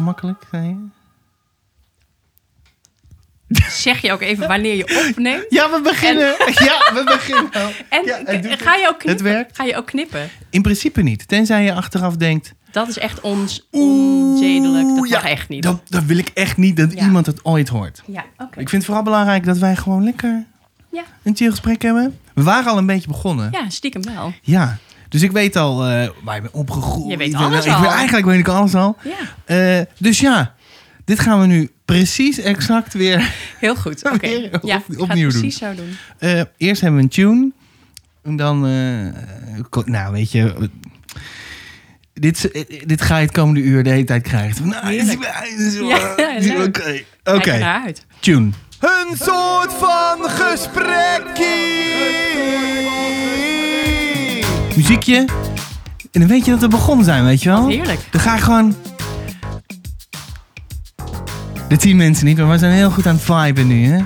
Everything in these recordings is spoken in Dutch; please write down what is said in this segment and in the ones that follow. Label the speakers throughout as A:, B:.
A: makkelijk, zei je?
B: Zeg je ook even wanneer je opneemt?
A: Ja, we beginnen. Ja, we beginnen. wel.
B: En
A: Ja, het doet
B: ga, je ook
A: Het
B: knippen?
A: werkt.
B: ga je ook knippen?
A: In principe niet. Tenzij je achteraf denkt...
B: Dat is echt ons
A: Oeh,
B: onzedelijk. Dat mag
A: ja,
B: echt niet.
A: Dat, dat wil ik echt niet dat
B: Ja.
A: iemand het ooit hoort.
B: Ja, oké.
A: Ik vind het vooral belangrijk dat wij gewoon lekker
B: Ja.
A: een chill gesprek hebben. We waren al een beetje begonnen.
B: Ja, stiekem wel.
A: Ja. Dus ik weet al eh, waar je bent opgegroeid.
B: Je weet
A: Ik
B: alles
A: ik
B: al.
A: eigenlijk weet ik alles al.
B: Ja,
A: Eh, dus ja, dit gaan we nu precies exact weer.
B: heel goed. Oké.
A: Weer op-
B: Ja, ik ga
A: opnieuw
B: het
A: doen.
B: precies zo doen.
A: Eh, eerst hebben we een tune. En dan, eh, ko- nou weet je, eh, dit, is- eh, dit ga je het komende uur de hele tijd krijgen. Nou, is- is-
B: Ja,
A: is-
B: leuk.
A: Oké,
B: Kijk er
A: oké,
B: naar uit.
A: tune.
C: Een soort van gesprekkie.
A: Muziekje. En dan weet je dat we begonnen zijn, weet je wel?
B: Heerlijk.
A: Dan ga ik gewoon... De tien mensen niet, maar we zijn heel goed aan het viben nu, hè?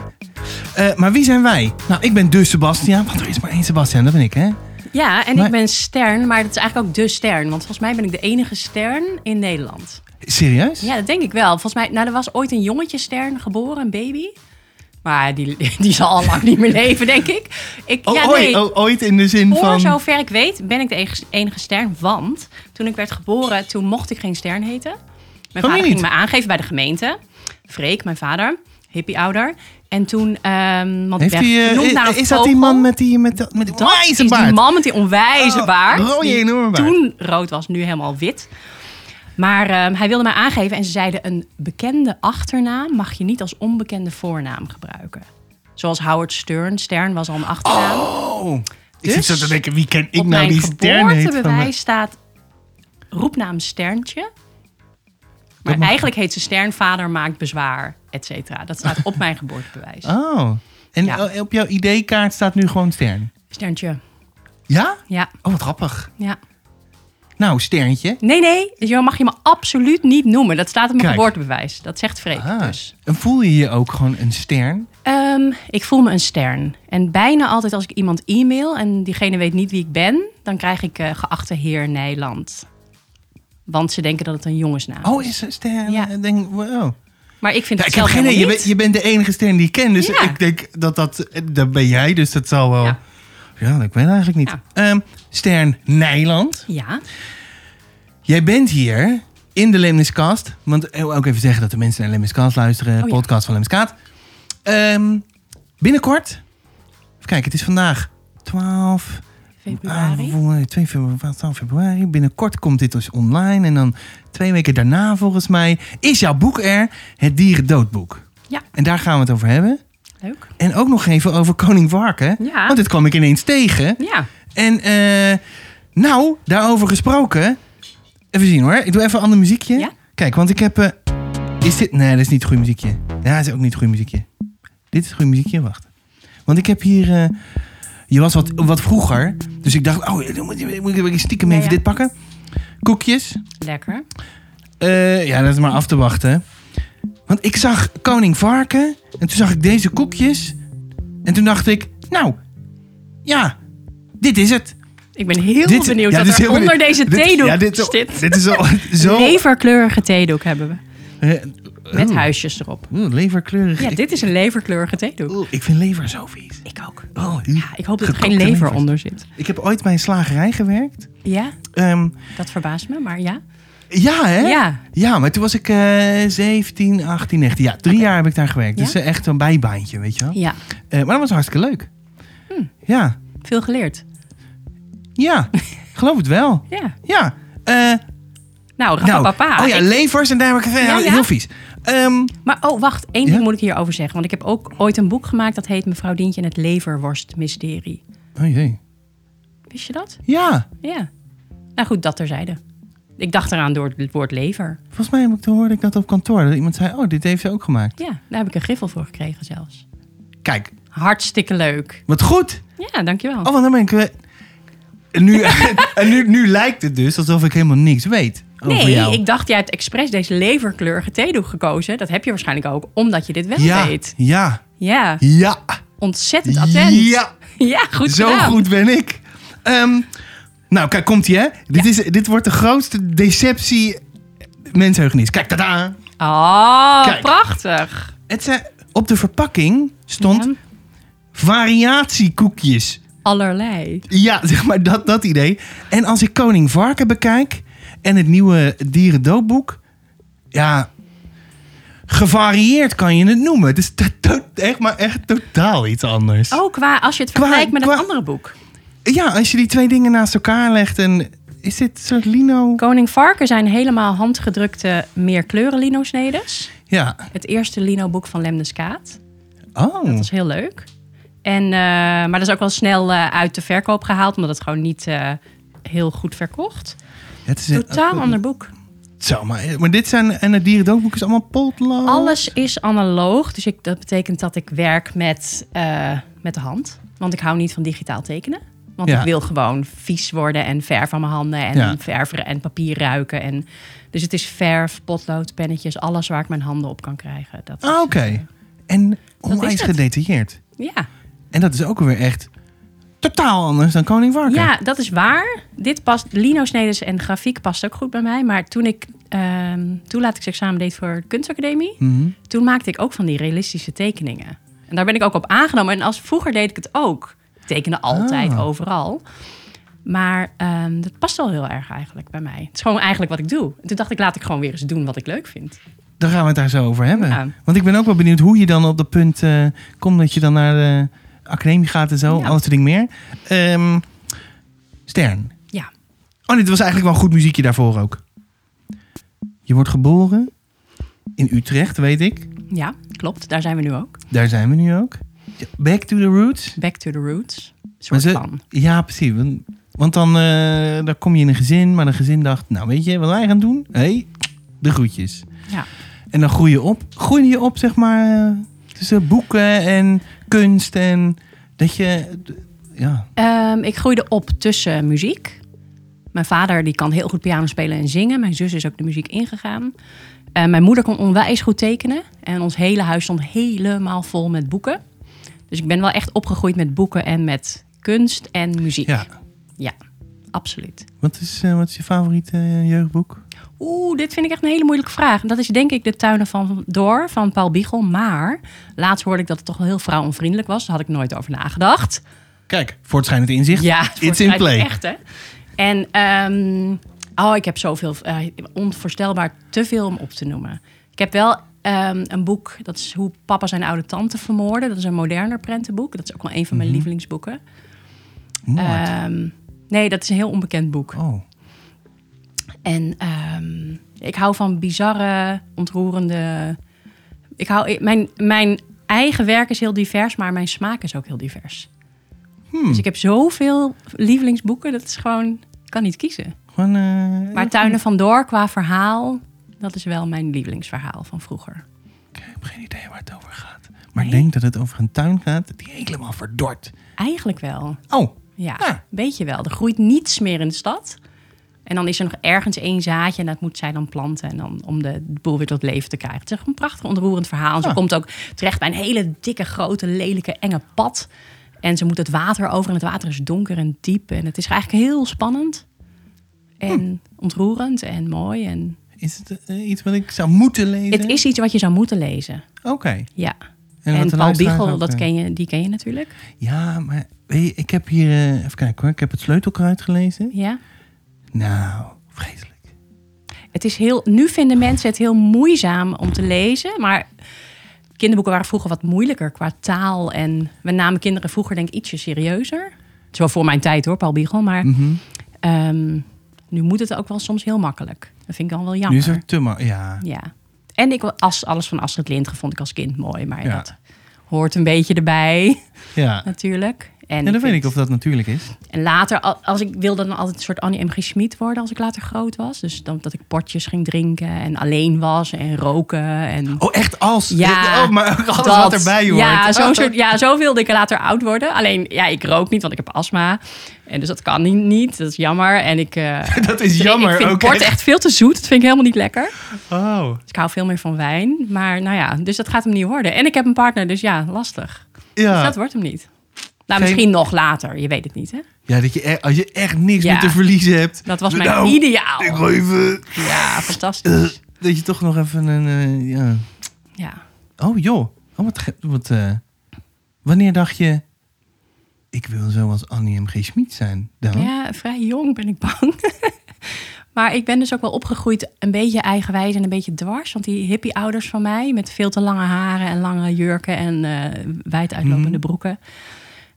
A: Eh, maar wie zijn wij? Nou, ik ben de Sebastian, want er is maar één Sebastian, dat ben ik, hè?
B: Ja, en
A: Maar-
B: ik ben Stern, maar dat is eigenlijk ook de Stern. Want volgens mij ben ik de enige Stern in Nederland.
A: Serieus?
B: Ja, dat denk ik wel. Volgens mij, nou, er was ooit een jongetje Stern geboren, een baby. Maar die, die zal al lang niet meer leven, denk ik. ik
A: Oh,
B: ja,
A: ooit,
B: nee.
A: oh, ooit in de zin
B: Voor
A: van...
B: zover ik weet, ben ik de enige- enige stern. Want toen ik werd geboren, toen mocht ik geen stern heten. Mijn
A: Waarom
B: vader
A: niet?
B: ging me aangeven bij de gemeente. Freek, mijn vader, hippie-ouder. En toen, ehm want ik
A: Heeft
B: werd
A: die, eh,
B: genoemd naar een
A: is dat die
B: vogel.
A: man met die, met, dat- met die
B: Dat is
A: wijze
B: die
A: baard?
B: man met die onwijze
A: Oh,
B: baard.
A: rode
B: die
A: enorme baard.
B: Toen rood was, nu helemaal wit. Maar ehm, hij wilde mij aangeven en ze zeiden... een bekende achternaam mag je niet als onbekende voornaam gebruiken. Zoals Howard Stern. Stern was al een achternaam.
A: Oh, ik
B: Dus
A: zit zo te denken, wie ken ik
B: Op
A: nou
B: mijn
A: die Stern heet van
B: geboortebewijs
A: me?
B: staat roepnaam Sterntje. Maar
A: mag niet.
B: eigenlijk heet ze Sternvader maakt bezwaar, et cetera. Dat staat op mijn geboortebewijs.
A: Oh, en
B: Ja.
A: op jouw ID-kaart staat nu gewoon Stern.
B: Sterntje,
A: Ja?
B: ja,
A: Oh, wat grappig.
B: ja.
A: Nou, Sterntje.
B: Nee, nee, zo mag je me absoluut niet noemen. Dat staat op mijn
A: Kijk.
B: geboortebewijs. Dat zegt Freek
A: Ah,
B: dus.
A: En voel je je ook gewoon een stern?
B: Ehm, ik voel me een stern. En bijna altijd als ik iemand e-mail en diegene weet niet wie ik ben... dan krijg ik eh, geachte heer Nijland. Want ze denken dat het een jongensnaam is.
A: Oh, is een stern?
B: Ja.
A: Ik denk, wow.
B: Maar ik vind
A: Ja,
B: het
A: ik heb
B: zelf
A: geen idee. Je,
B: helemaal
A: bent-
B: niet.
A: je bent de enige stern die ik ken. Dus
B: Ja.
A: ik denk dat dat... Dat ben jij, dus dat zal wel... Ja,
B: Ja.
A: ik weet eigenlijk niet.
B: Ja.
A: Ehm, stern Nijland.
B: Ja,
A: Jij bent hier in de Lemniscast. Want ik wil ook even zeggen dat de mensen naar Lemniscast luisteren.
B: Oh ja.
A: podcast van Lemniscaat. Ehm, binnenkort. Even kijken, het is vandaag 12
B: februari.
A: Ah, 2 februari, 12 februari. Binnenkort komt dit dus online. En dan twee weken daarna, volgens mij, is jouw boek er. Het dierendoodboek.
B: Ja.
A: En daar gaan we het over hebben.
B: Leuk.
A: En ook nog even over Koning Varken.
B: Ja.
A: Want dit kwam ik ineens tegen.
B: Ja.
A: En eh, nou, daarover gesproken. Even zien hoor. Ik doe even een ander muziekje.
B: Ja.
A: Kijk, want ik heb... eh, is dit... Nee, dat is niet goed muziekje. Ja, dat is ook niet goed muziekje. Dit is goed muziekje. Wacht. Want ik heb hier... eh, je was wat, wat vroeger. Dus ik dacht... Oh, dan moet ik- moet ik stiekem
B: Ja,
A: even
B: ja.
A: dit pakken. Koekjes.
B: Lekker.
A: Eh, ja, dat is maar af te wachten. Want ik zag Koning Varken. En toen zag ik deze koekjes. En toen dacht ik... Nou, ja... Dit is het.
B: Ik ben heel
A: Dit-
B: benieuwd
A: ja,
B: dat
A: dit is
B: er
A: heel
B: onder
A: benieuwd.
B: deze
A: Dit-
B: theedoek
A: ja, dit,
B: zit.
A: Dit is al zo...
B: Leverkleurige theedoek hebben we.
A: Eh,
B: Met
A: oeh,
B: huisjes erop.
A: oeh, mm, leverkleurig.
B: Ja,
A: Ik-
B: dit is een leverkleurige theedoek.
A: oeh, ik vind lever zo vies.
B: Ik ook.
A: Oh,
B: Ja, ik hoop dat
A: gekookte
B: er geen lever
A: levers.
B: onder zit.
A: Ik heb ooit bij een slagerij gewerkt.
B: Ja,
A: Ehm,
B: dat verbaast me, maar ja.
A: ja, hè?
B: Ja.
A: Ja, maar toen was ik eh 17, 18, 19. Ja, drie jaar heb ik daar gewerkt.
B: Ja?
A: Dus eh, echt een bijbaantje, weet je wel.
B: Ja, Hm.
A: Eh, maar dat was hartstikke leuk. Ja,
B: veel geleerd.
A: ja. geloof het wel.
B: Ja.
A: Ja. eh,
B: Nou,
A: nou,
B: papa.
A: oh ja, levers en dergelijke.
B: Ja, ja.
A: Heel vies. Ehm,
B: Maar oh, wacht. Eén
A: Ja?
B: ding moet ik hierover zeggen. Want ik heb ook ooit een boek gemaakt dat heet Mevrouw Dientje en het leverworstmysterie.
A: oh jee.
B: Wist je dat?
A: Ja,
B: Ja. Nou goed, dat terzijde. Ik dacht eraan door het woord lever.
A: volgens mij heb ik, toen hoorde ik dat op kantoor. Dat iemand zei, oh, dit heeft ze ook gemaakt.
B: Ja, daar heb ik een griffel voor gekregen zelfs.
A: Kijk,
B: Hartstikke leuk.
A: wat goed.
B: Ja, dankjewel.
A: Oh, want dan ben ik... weer- En nu, en nu, nu lijkt het dus alsof ik helemaal niks weet over
B: nee,
A: jou.
B: ik dacht, jij hebt expres deze leverkleurige theedoek gekozen. Dat heb je waarschijnlijk ook, omdat je dit wel
A: ja,
B: weet.
A: ja,
B: Ja,
A: ja,
B: ontzettend attent.
A: ja.
B: Ja, goed
A: Zo
B: gedaan.
A: goed ben ik. Ehm, nou, kijk, komt ie hè. Dit, is, dit wordt de grootste deceptie mensheugenis. Kijk, tada!
B: Oh,
A: Kijk.
B: prachtig.
A: Het zijn, op de verpakking stond
B: Ja.
A: variatiekoekjes.
B: Allerlei.
A: Ja, zeg maar dat, dat idee. En als ik Koning Varken bekijk en het nieuwe dierendoopboek. Ja, gevarieerd kan je het noemen. Het is to- to- echt, maar echt totaal iets anders.
B: Oh, qua, als je het
A: Qua-
B: vergelijkt met
A: qua-
B: een andere boek.
A: Ja, als je die twee dingen naast elkaar legt en... Is dit een soort lino?
B: Koning Varken zijn helemaal handgedrukte meerkleuren lino-snedes.
A: Ja.
B: Het eerste lino-boek van Lem de Skaat.
A: Oh.
B: Dat is heel leuk. En, eh, maar dat is ook wel snel eh, uit de verkoop gehaald, omdat het gewoon niet eh, heel goed verkocht.
A: Het is een-
B: Totaal ander boek.
A: Zo, maar, maar dit zijn... En het dierendoopboek is allemaal potlood.
B: Alles is analoog, dus ik, dat betekent dat ik werk met, eh, met de hand. Want ik hou niet van digitaal tekenen. Want
A: Ja.
B: ik wil gewoon vies worden en verf aan mijn handen en
A: Ja.
B: ververen en papier ruiken. En, dus het is verf, potlood, pennetjes, alles waar ik mijn handen op kan krijgen. Dat is,
A: Ah, oké. En onwijs
B: het.
A: gedetailleerd.
B: ja.
A: En dat is ook weer echt totaal anders dan Koning Varken.
B: ja, dat is waar. Dit past, lino-snedes en grafiek past ook goed bij mij. Maar toen ik ehm toelatingsexamen deed voor de kunstacademie,
A: Mhm.
B: toen maakte ik ook van die realistische tekeningen. En daar ben ik ook op aangenomen. En als vroeger deed ik het ook. Ik tekende altijd
A: Ah.
B: overal. Maar ehm, dat past wel heel erg eigenlijk bij mij. Het is gewoon eigenlijk wat ik doe. En toen dacht ik, laat ik gewoon weer eens doen wat ik leuk vind.
A: Daar gaan we het daar zo over hebben.
B: Ja.
A: Want ik ben ook wel benieuwd hoe je dan op dat punt eh, komt dat je dan naar de academie gaat en zo,
B: Ja.
A: al dat soort dingen meer. Ehm, Stern.
B: Ja.
A: Oh, dit was eigenlijk wel een goed muziekje daarvoor ook. Je wordt geboren in Utrecht, weet ik.
B: Ja, klopt. Daar zijn we nu ook.
A: Daar zijn we nu ook. Back to the roots.
B: Back to the roots.
A: Maar
B: Soort
A: ze-
B: van.
A: Ja, precies. Want, want dan, eh, dan kom je in een gezin, maar een gezin dacht, nou weet je wat wij gaan doen? Hé, hey, de groetjes.
B: Ja.
A: En dan groei je op. Groei je op, zeg maar, eh, tussen boeken en kunst en dat je, d- ja.
B: Ehm, ik groeide op tussen muziek. Mijn vader die kan heel goed piano spelen en zingen. Mijn zus is ook de muziek ingegaan. Eh, mijn moeder kon onwijs goed tekenen. En ons hele huis stond helemaal vol met boeken. Dus ik ben wel echt opgegroeid met boeken en met kunst en muziek.
A: ja.
B: Ja, absoluut.
A: Wat is, eh, wat is je favoriete eh, jeugdboek?
B: Oeh, dit vind ik echt een hele moeilijke vraag. En dat is denk ik de tuinen van door van Paul Biegel. Maar laatst hoorde ik dat het toch wel heel vrouwonvriendelijk was. Daar had ik nooit over nagedacht.
A: Kijk, voortschrijdend inzicht.
B: Ja, het
A: It's
B: wordt
A: in play.
B: eigenlijk Echt, hè? En ehm, oh, ik heb zoveel, eh, onvoorstelbaar te veel om op te noemen. Ik heb wel ehm, een boek, dat is hoe papa zijn oude tante vermoordde. Dat is een moderner prentenboek. Dat is ook wel een van
A: Mhm.
B: mijn lievelingsboeken.
A: Moord.
B: Ehm, nee, dat is een heel onbekend boek.
A: oh,
B: En ehm, ik hou van bizarre, ontroerende. Ik hou, ik- mijn, mijn eigen werk is heel divers, maar mijn smaak is ook heel divers. Dus ik heb zoveel lievelingsboeken, dat is gewoon. Ik kan niet kiezen.
A: gewoon... eh,
B: Maar Tuinen van Door qua verhaal, dat is wel mijn lievelingsverhaal van vroeger.
A: Ik heb geen idee waar het over gaat. Maar ik denk dat het over een tuin gaat die helemaal verdort.
B: Eigenlijk wel.
A: Oh,
B: Ja,
A: Ja.
B: weet je wel. Er groeit niets meer in de stad. En dan is er nog ergens één zaadje en dat moet zij dan planten. En dan om de boel weer tot leven te krijgen. Het is echt een prachtig ontroerend verhaal. En ze
A: Ja.
B: komt ook terecht bij een hele dikke, grote, lelijke, enge pad. En ze moet het water over en het water is donker en diep. En het is eigenlijk heel spannend. En
A: Hm.
B: ontroerend en mooi. En
A: is het eh, iets wat ik zou moeten lezen?
B: het is iets wat je zou moeten lezen.
A: Oké.
B: Ja.
A: En
B: En,
A: wat de
B: Paul
A: luisteraars
B: Biegel,
A: ook,
B: dat
A: eh,
B: ken je, die ken je natuurlijk.
A: Ja, maar weet je, ik heb hier... eh, even kijken hoor, ik heb het sleutelkruid gelezen.
B: Ja.
A: Nou, vreselijk.
B: Het is heel, nu vinden mensen het heel moeizaam om te lezen. Maar kinderboeken waren vroeger wat moeilijker qua taal. En we namen kinderen vroeger denk ik ietsje serieuzer. Het is wel voor mijn tijd hoor, Paul Biegel. Maar
A: Mhm.
B: ehm, nu moet het ook wel soms heel makkelijk. Dat vind ik dan wel jammer.
A: Nu is er te ma- Ja.
B: Ja. En ik, als, alles van Astrid Lindgren vond ik als kind mooi. Maar
A: Ja.
B: dat hoort een beetje erbij
A: Ja. En
B: natuurlijk. En
A: dan weet ik
B: vind-
A: of dat natuurlijk is.
B: en later, al- als ik wilde dan altijd een soort Annie M. G. Schmid worden als ik later groot was. Dus dan, dat ik potjes ging drinken en alleen was en roken. En
A: Oh, echt als?
B: Ja,
A: Oh, maar ook alles
B: dat.
A: wat erbij hoort. Oh.
B: Ja zo, soort, ja, zo wilde ik later oud worden. Alleen, ja, ik rook niet, want ik heb astma. En dus dat kan niet, niet. dat is jammer. En ik, eh,
A: Dat is
B: drink-
A: jammer,
B: Ik vind
A: oké.
B: port echt veel te zoet, dat vind ik helemaal niet lekker.
A: Oh.
B: Dus ik hou veel meer van wijn. Maar nou ja, dus dat gaat hem niet worden. En ik heb een partner, dus ja, lastig. Dus
A: Ja.
B: dat wordt hem niet. Nou,
A: Geen-
B: misschien nog later, je weet het niet, hè?
A: ja, dat je echt, als je echt niks
B: Ja.
A: meer te verliezen hebt.
B: Dat was mijn
A: Nou,
B: ideaal.
A: Ik wil even... Eh.
B: Ja, fantastisch.
A: dat je toch nog even een... eh, ja.
B: Ja.
A: Oh joh, oh, wat, ge- wat, eh, wanneer dacht je... Ik wil zoals Annie M. G. Schmid zijn, dan?
B: ja, vrij jong ben ik bang. maar ik ben dus ook wel opgegroeid een beetje eigenwijs en een beetje dwars. Want die hippie-ouders van mij met veel te lange haren en lange jurken en eh wijd uitlopende
A: Mhm.
B: broeken.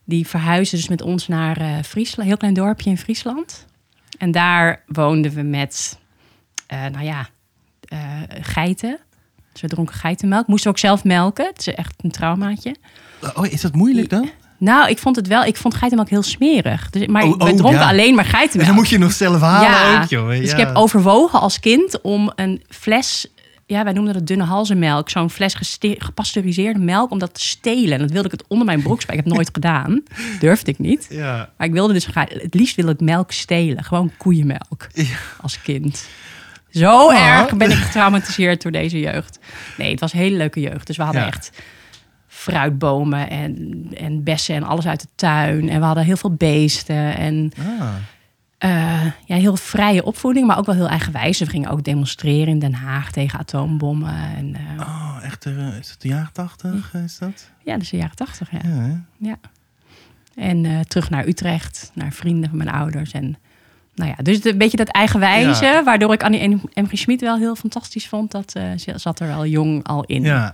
B: Die verhuisden dus met ons naar eh Friesland, een heel klein dorpje in Friesland. En daar woonden we met, eh, nou ja, eh, geiten. Dus we dronken geitenmelk. Moesten we ook zelf melken. Het is echt een traumaatje.
A: Oh, is dat moeilijk dan?
B: Nou, ik vond het wel. Ik vond geitenmelk heel smerig. Dus, maar
A: Oh,
B: we
A: oh,
B: dronken
A: ja.
B: alleen maar
A: En
B: geitenmelk.
A: dan moet je nog zelf halen
B: ja.
A: ook, joh. hè,
B: Dus
A: ja.
B: ik heb overwogen als kind om een fles... Ja, wij noemden dat dunne halzenmelk. Zo'n fles geste- gepasteuriseerde melk om dat te stelen. En dat wilde ik het onder mijn broek spijken. Ik heb het nooit gedaan. Durfde ik niet.
A: Ja.
B: Maar ik wilde dus... Ga, het liefst wilde ik melk stelen. Gewoon koeienmelk.
A: Ja.
B: Als kind. Zo
A: Ah.
B: erg ben ik getraumatiseerd door deze jeugd. Nee, het was een hele leuke jeugd. Dus we hadden
A: Ja.
B: echt fruitbomen en, en bessen en alles uit de tuin. En we hadden heel veel beesten en
A: Ah.
B: eh, ja, heel vrije opvoeding, maar ook wel heel eigenwijs. We gingen ook demonstreren in Den Haag tegen atoombommen. En, eh,
A: Oh, echt, eh, is dat de jaren tachtig? eh, Is dat?
B: Ja, dat is de jaren tachtig. Hm. Ja.
A: Ja, hè?
B: En eh, terug naar Utrecht, naar vrienden van mijn ouders. En, nou ja, dus het- een beetje dat eigenwijze,
A: Ja.
B: waardoor ik Annie M- M. G. Schmid wel heel fantastisch vond. Dat eh, ze- zat er wel jong al in.
A: ja.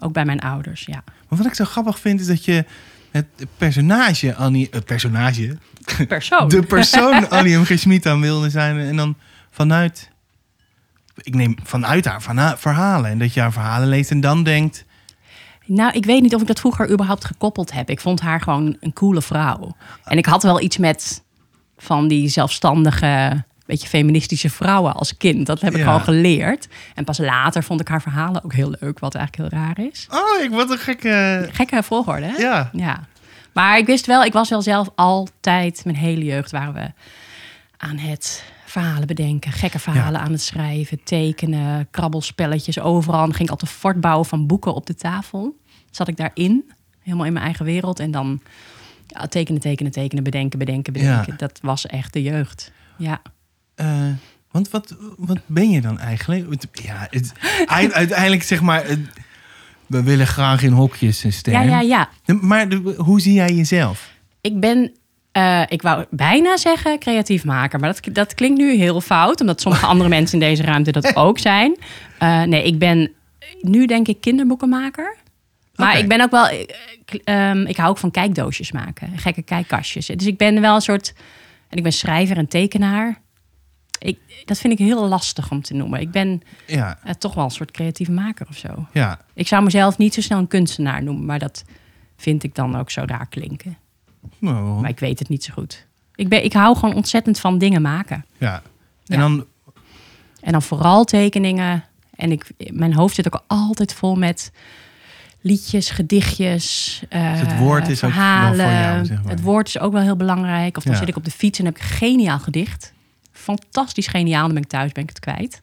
B: Ook bij mijn ouders, ja.
A: Maar wat ik zo grappig vind, is dat je het personage Annie... Het personage?
B: Persoon.
A: De persoon Annie M. G. Schmid aan wilde zijn. En dan vanuit... Ik neem vanuit haar verna- verhalen. En dat je haar verhalen leest en dan denkt...
B: Nou, ik weet niet of ik dat vroeger überhaupt gekoppeld heb. Ik vond haar gewoon een coole vrouw. En ik had wel iets met van die zelfstandige, beetje feministische vrouwen als kind. Dat heb ik
A: Ja.
B: gewoon geleerd. En pas later vond ik haar verhalen ook heel leuk, wat eigenlijk heel raar is.
A: Oh, ik, wat een gekke...
B: Gekke volgorde, hè?
A: Ja.
B: Ja. Maar ik wist wel, ik was wel zelf altijd, mijn hele jeugd waren we aan het verhalen bedenken, gekke verhalen aan het schrijven, tekenen, krabbelspelletjes overal. En dan ging ik altijd een fort bouwen van boeken op de tafel. Zat ik daarin, helemaal in mijn eigen wereld en dan ja, tekenen, tekenen, tekenen, bedenken, bedenken, bedenken. Dat was echt de jeugd. Ja.
A: Eh, want wat, wat ben je dan eigenlijk? Het- Ja, het, eind- uiteindelijk zeg maar... het- we willen graag in hokjes een ster.
B: Ja, ja, ja.
A: Maar de- hoe zie jij jezelf?
B: Ik ben, eh, ik wou bijna zeggen creatief maker, maar dat, dat klinkt nu heel fout, omdat sommige andere mensen in deze ruimte dat ook zijn. Eh, nee, ik ben nu denk ik kinderboekenmaker. Maar
A: Oké.
B: ik ben ook wel, eh, k- ehm, ik hou ook van kijkdoosjes maken, gekke kijkkastjes. Dus ik ben wel een soort, en ik ben schrijver en tekenaar. Ik, dat vind ik heel lastig om te noemen. Ik ben
A: Ja,
B: eh, toch wel een soort creatieve maker of zo.
A: ja.
B: Ik zou mezelf niet zo snel een kunstenaar noemen, maar dat vind ik dan ook zo raar klinken.
A: Nou, waarom?
B: Maar ik weet het niet zo goed. Ik, ben, ik hou gewoon ontzettend van dingen maken.
A: Ja. En
B: Ja.
A: dan,
B: En dan vooral tekeningen. En ik, mijn hoofd zit ook altijd vol met liedjes, gedichtjes. eh,
A: het woord is ook
B: verhalen.
A: wel voor jou, zeg maar.
B: Het woord is ook wel heel belangrijk. Of dan
A: Ja.
B: zit ik op de fiets en heb ik een geniaal gedicht. Fantastisch geniaal. Dan ben ik thuis, ben ik het kwijt.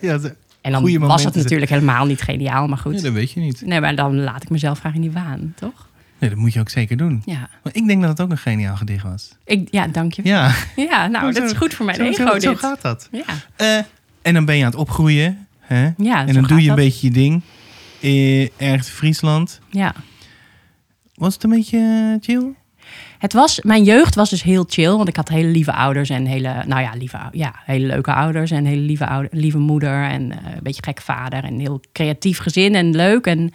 A: ja, ze-
B: En dan
A: Goeie
B: was
A: momenten
B: het
A: zit-
B: natuurlijk helemaal niet geniaal, maar
A: ja,
B: goed.
A: dat weet je niet.
B: Nee, maar dan laat ik mezelf graag in die waan, toch?
A: Nee, dat moet je ook zeker doen.
B: Ja,
A: Maar ik denk dat het ook een geniaal gedicht was.
B: ik, ja dank je. Ja,
A: Ja,
B: nou,
A: Zo-
B: dat is goed voor mijn
A: zo,
B: ego
A: zo,
B: dit.
A: zo gaat dat.
B: Ja,
A: Eh, en dan ben je aan het opgroeien. Hè?
B: ja
A: en
B: zo
A: dan
B: gaat
A: doe je een
B: dat.
A: beetje je ding. Eh, ergens in Friesland.
B: Ja.
A: Was het een beetje eh, chill?
B: Het was, mijn jeugd was dus heel chill, want ik had hele lieve ouders en hele, nou ja, lieve, ou- ja, hele leuke ouders en hele lieve, ouder, lieve moeder en eh, een beetje gek vader en heel creatief gezin en leuk en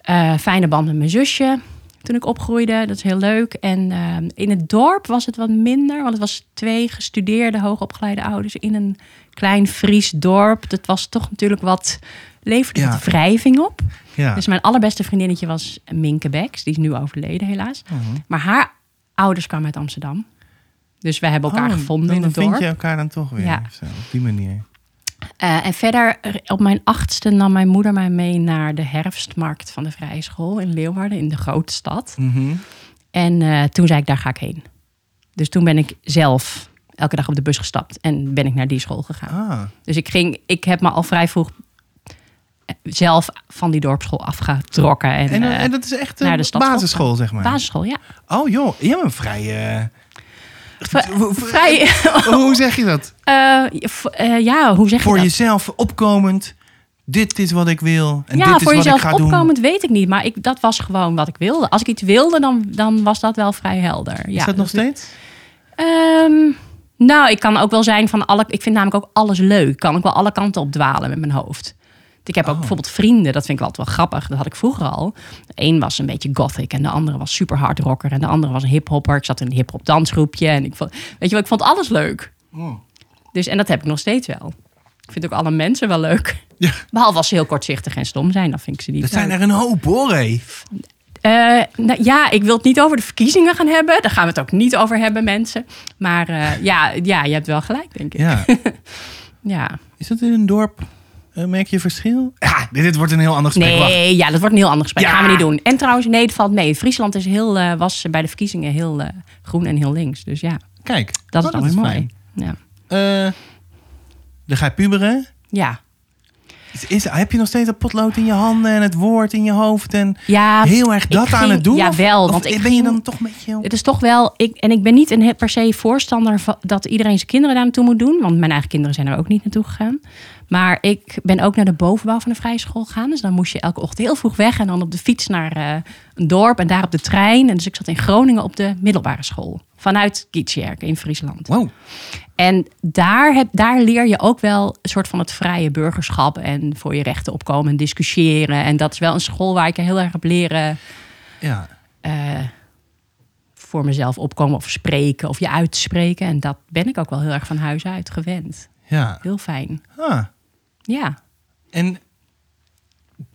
B: eh, fijne band met mijn zusje toen ik opgroeide. Dat is heel leuk. En eh, in het dorp was het wat minder, want het was twee gestudeerde hoogopgeleide ouders in een klein Fries dorp. Dat was toch natuurlijk wat, leverde
A: Ja.
B: wat wrijving op.
A: Ja.
B: Dus mijn allerbeste vriendinnetje was Minke Beks. Die is nu overleden, helaas.
A: Mhm.
B: Maar haar ouders kwamen uit Amsterdam. Dus we hebben elkaar
A: Oh,
B: gevonden
A: dan
B: in het
A: vind
B: dorp.
A: je elkaar dan toch weer.
B: Ja.
A: of zo, op die manier.
B: Eh, en verder, er- op mijn achtste nam mijn moeder mij mee naar de herfstmarkt van de Vrije School in Leeuwarden, in de grote stad.
A: Mhm.
B: En eh, toen zei ik, daar ga ik heen. Dus toen ben ik zelf elke dag op de bus gestapt en ben ik naar die school gegaan.
A: Ah,
B: Dus ik, ging, ik heb me al vrij vroeg eh, zelf van die dorpsschool afgetrokken. En,
A: en, dan-
B: eh,
A: en dat is echt een
B: naar de stadschool
A: basisschool, zeg maar.
B: basisschool, ja.
A: Oh joh, je hebt een vrij eh, v- v-
B: Vrij.
A: Hoe zeg je dat?
B: eh, v- eh, ja, hoe zeg je
A: Voor
B: dat?
A: jezelf opkomend. Dit is wat ik wil. En
B: ja,
A: dit is
B: voor
A: wat ik
B: jezelf
A: ga
B: opkomend weet ik niet. Maar ik, dat was gewoon wat ik wilde. Als ik iets wilde, dan, dan was dat wel vrij helder.
A: doen. Is dat nog steeds?
B: Ehm, nou, ik kan ook wel zijn van alle. Ik vind namelijk ook alles leuk. Kan ik wel alle kanten op dwalen met mijn hoofd. Ik heb ook
A: Oh.
B: bijvoorbeeld vrienden, dat vind ik wel altijd wel grappig. Dat had ik vroeger al. Eén was een beetje gothic en de andere was super hard rocker en de andere was een hiphopper. Ik zat in een hiphop dansgroepje en ik vond, weet je wel, ik vond alles leuk.
A: Oh.
B: Dus en dat heb ik nog steeds wel. Ik vind ook alle mensen wel leuk.
A: Ja.
B: Behalve als ze heel kortzichtig en stom zijn, dan vind ik ze niet.
A: Dat zijn
B: leuk.
A: er een hoop hoor, hé.
B: Eh, nou, ja, ik wil het niet over de verkiezingen gaan hebben. Daar gaan we het ook niet over hebben, mensen. Maar eh, ja, ja, je hebt wel gelijk, denk ik. Ja.
A: Ja. Is dat in een dorp? Eh, merk je verschil? Ja, dit, dit wordt een heel ander gesprek. Wacht.
B: Nee, ja, dat wordt een heel ander gesprek.
A: Ja.
B: gaan we niet doen. En trouwens, nee, het valt mee. Friesland is heel, eh, was bij de verkiezingen heel eh, groen en heel links. Dus ja,
A: Kijk,
B: dat
A: oh,
B: is dan weer mooi.
A: fijn.
B: Ja.
A: Eh, dan ga je puberen.
B: Ja.
A: Is, is- heb je nog steeds dat potlood in je handen en het woord in je hoofd en
B: ja,
A: heel erg
B: ik
A: dat aan
B: ging-
A: het doen? Of-
B: Jawel,
A: of
B: want
A: ben
B: ik
A: je
B: ging-
A: dan toch een beetje...
B: Het is toch wel, ik, en ik ben niet een he- per se voorstander van, dat iedereen zijn kinderen daar naartoe moet doen. Want mijn eigen kinderen zijn er ook niet naartoe gegaan. Maar ik ben ook naar de bovenbouw van de vrije school gegaan. Dus dan moest je elke ochtend heel vroeg weg en dan op de fiets naar eh, een dorp en daar op de trein. En dus ik zat in Groningen op de middelbare school. Vanuit Kietsjerk in Friesland.
A: Wow.
B: En daar, heb, daar leer je ook wel een soort van het vrije burgerschap en voor je rechten opkomen en discussiëren. En dat is wel een school waar ik heel erg heb leren
A: Ja.
B: eh, voor mezelf opkomen of spreken of je uitspreken. En dat ben ik ook wel heel erg van huis uit gewend.
A: Ja.
B: Heel fijn.
A: Ah.
B: Ja.
A: En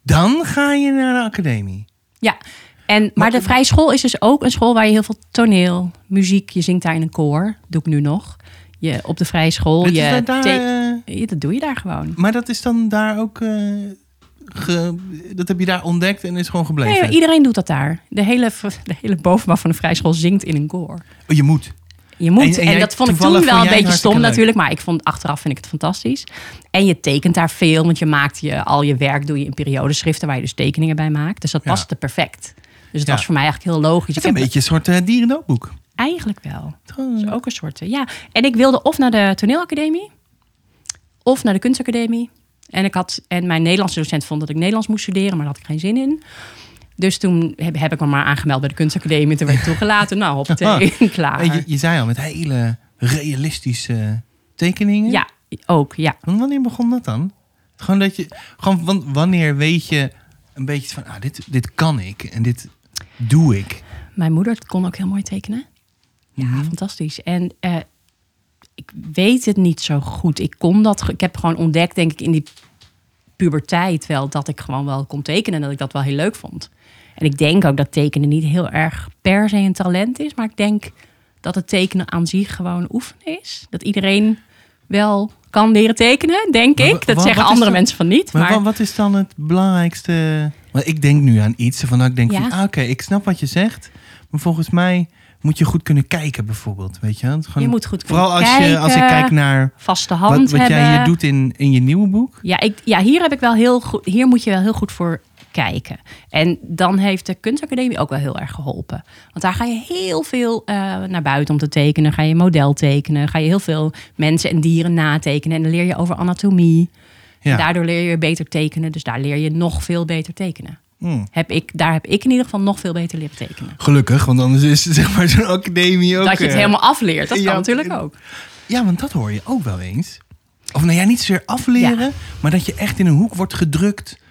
A: dan ga je naar de academie.
B: ja. En, maar de vrije school is dus ook een school waar je heel veel toneel, muziek, je zingt daar in een koor. Doe ik nu nog. Je, op de vrije school.
A: Dat is
B: Oh, je
A: daar- daar,
B: te-
A: eh,
B: Ja, dat doe je daar gewoon.
A: maar dat is dan daar ook... eh, ge- dat heb je daar ontdekt en is gewoon gebleven.
B: Nee, maar iedereen doet dat daar. De hele, de hele bovenbouw van de vrije school zingt in een koor.
A: Oh, je moet.
B: Je moet.
A: En-
B: En,
A: en jij-
B: dat vond ik
A: toevallig
B: toen wel
A: vond
B: een
A: jij het
B: beetje stom
A: hartstikke leuk.
B: natuurlijk. Maar ik vond achteraf vind ik het fantastisch. En je tekent daar veel. Want je maakt je, al je werk doe je in periodeschriften waar je dus tekeningen bij maakt. Dus dat
A: Ja.
B: paste perfect. Dus het
A: Ja.
B: was voor mij eigenlijk heel logisch.
A: Het is
B: Ik
A: een
B: heb-
A: beetje Oh. een soort eh, dierendoopboek.
B: Eigenlijk wel. Dus ook een soort. eh, Ja. En ik wilde of naar de toneelacademie. Of naar de kunstacademie. En, ik had, en mijn Nederlandse docent vond dat ik Nederlands moest studeren. Maar daar had ik geen zin in. Dus toen heb, heb ik me maar aangemeld bij de kunstacademie. Toen werd ik toegelaten. Nou, hoppatee, klaar.
A: En Oh. Je, je zei al, met hele realistische tekeningen.
B: Ja, ook, ja.
A: Want wanneer begon dat dan? Gewoon dat je, gewoon wan- wanneer weet je een beetje van, ah, dit, dit kan ik en dit doe ik.
B: Mijn moeder kon ook heel mooi tekenen. Ja,
A: Mhm.
B: fantastisch. En eh, ik weet het niet zo goed. Ik kon dat. ge- Ik heb gewoon ontdekt, denk ik, in die puberteit wel dat ik gewoon wel kon tekenen en dat ik dat wel heel leuk vond. En ik denk ook dat tekenen niet heel erg per se een talent is, maar ik denk dat het tekenen aan zich gewoon oefenen is. Dat iedereen wel kan leren tekenen, denk
A: Maar wa-
B: ik. Dat
A: wa-
B: zeggen
A: wat is
B: andere
A: dat?
B: mensen van niet.
A: Maar,
B: Maar,
A: wa- wat is dan het belangrijkste? Want ik denk nu aan iets waarvan ik denk
B: Ja.
A: van, ah, oké, ik snap wat je zegt. Maar volgens mij moet je goed kunnen kijken bijvoorbeeld, weet je. wel? Gewoon,
B: Je moet goed
A: Vooral
B: kunnen
A: als, Je, als ik
B: kijken,
A: kijk naar
B: vaste hand
A: wat, wat
B: hebben.
A: jij hier doet in, in je nieuwe boek.
B: Ja, ik, ja hier, heb ik wel heel goed, hier moet je wel heel goed voor kijken. En dan heeft de kunstacademie ook wel heel erg geholpen. Want daar ga je heel veel eh, naar buiten om te tekenen. Ga je model tekenen. Ga je heel veel mensen en dieren natekenen. En dan leer je over anatomie.
A: Ja.
B: Daardoor leer je beter tekenen. Dus daar leer je nog veel beter tekenen.
A: Hm.
B: Heb ik, daar heb ik in ieder geval nog veel beter leren tekenen.
A: Gelukkig, want anders is zeg maar zo'n academie ook...
B: dat je het
A: eh,
B: helemaal afleert, dat kan
A: ja,
B: natuurlijk
A: eh,
B: ook.
A: Ja, want dat hoor je ook wel eens. Of nou ja, niet zozeer afleren,
B: Ja.
A: maar dat je echt in een hoek wordt gedrukt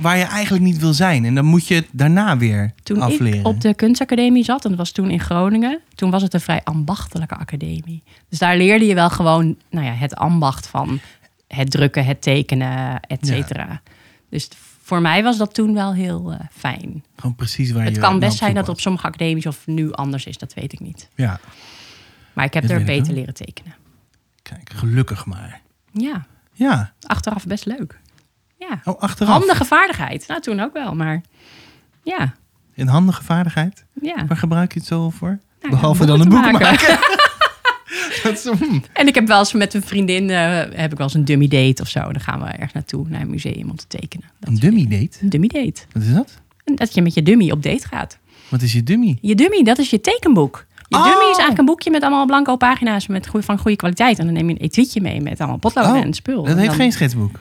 A: waar je eigenlijk niet wil zijn. En dan moet je het daarna weer
B: Toen
A: afleren.
B: ik op de kunstacademie zat, en dat was toen in Groningen, toen was het een vrij ambachtelijke academie. Dus daar leerde je wel gewoon nou ja, het ambacht van het drukken, het tekenen, et cetera. Dus t- voor mij was dat toen wel heel eh, fijn.
A: Gewoon precies waar je
B: het kan
A: naar
B: best zijn
A: zoek
B: dat op
A: was.
B: sommige academies of nu anders is, dat weet ik niet.
A: Ja,
B: Maar ik heb
A: Dat
B: er
A: weet ik
B: beter
A: wel.
B: leren tekenen.
A: kijk, gelukkig maar.
B: Ja,
A: Ja,
B: achteraf best leuk. Ja.
A: oh, achteraf.
B: Handige vaardigheid. Nou, toen ook wel, maar ja.
A: Een handige vaardigheid.
B: ja.
A: Waar gebruik je het zo voor?
B: Nou, ja,
A: Behalve dan
B: boeken
A: een
B: te
A: boek maken.
B: maken.
A: Dat is, hm.
B: En ik heb wel eens met een vriendin, eh, heb ik wel eens een dummy date of zo. Dan gaan we ergens naartoe, naar een museum om te tekenen. Dat
A: Een
B: soort
A: dummy
B: dingen.
A: date?
B: Een dummy date.
A: Wat is dat?
B: En dat je met je dummy op date gaat.
A: Wat is je dummy?
B: Je dummy, dat is je tekenboek. Je dummy
A: Oh.
B: is eigenlijk een boekje met allemaal blanco pagina's met goeie, van goede kwaliteit. En dan neem je een etuietje mee met allemaal potloden en spul.
A: Oh, dat
B: En
A: heeft
B: dan-
A: geen schetsboek.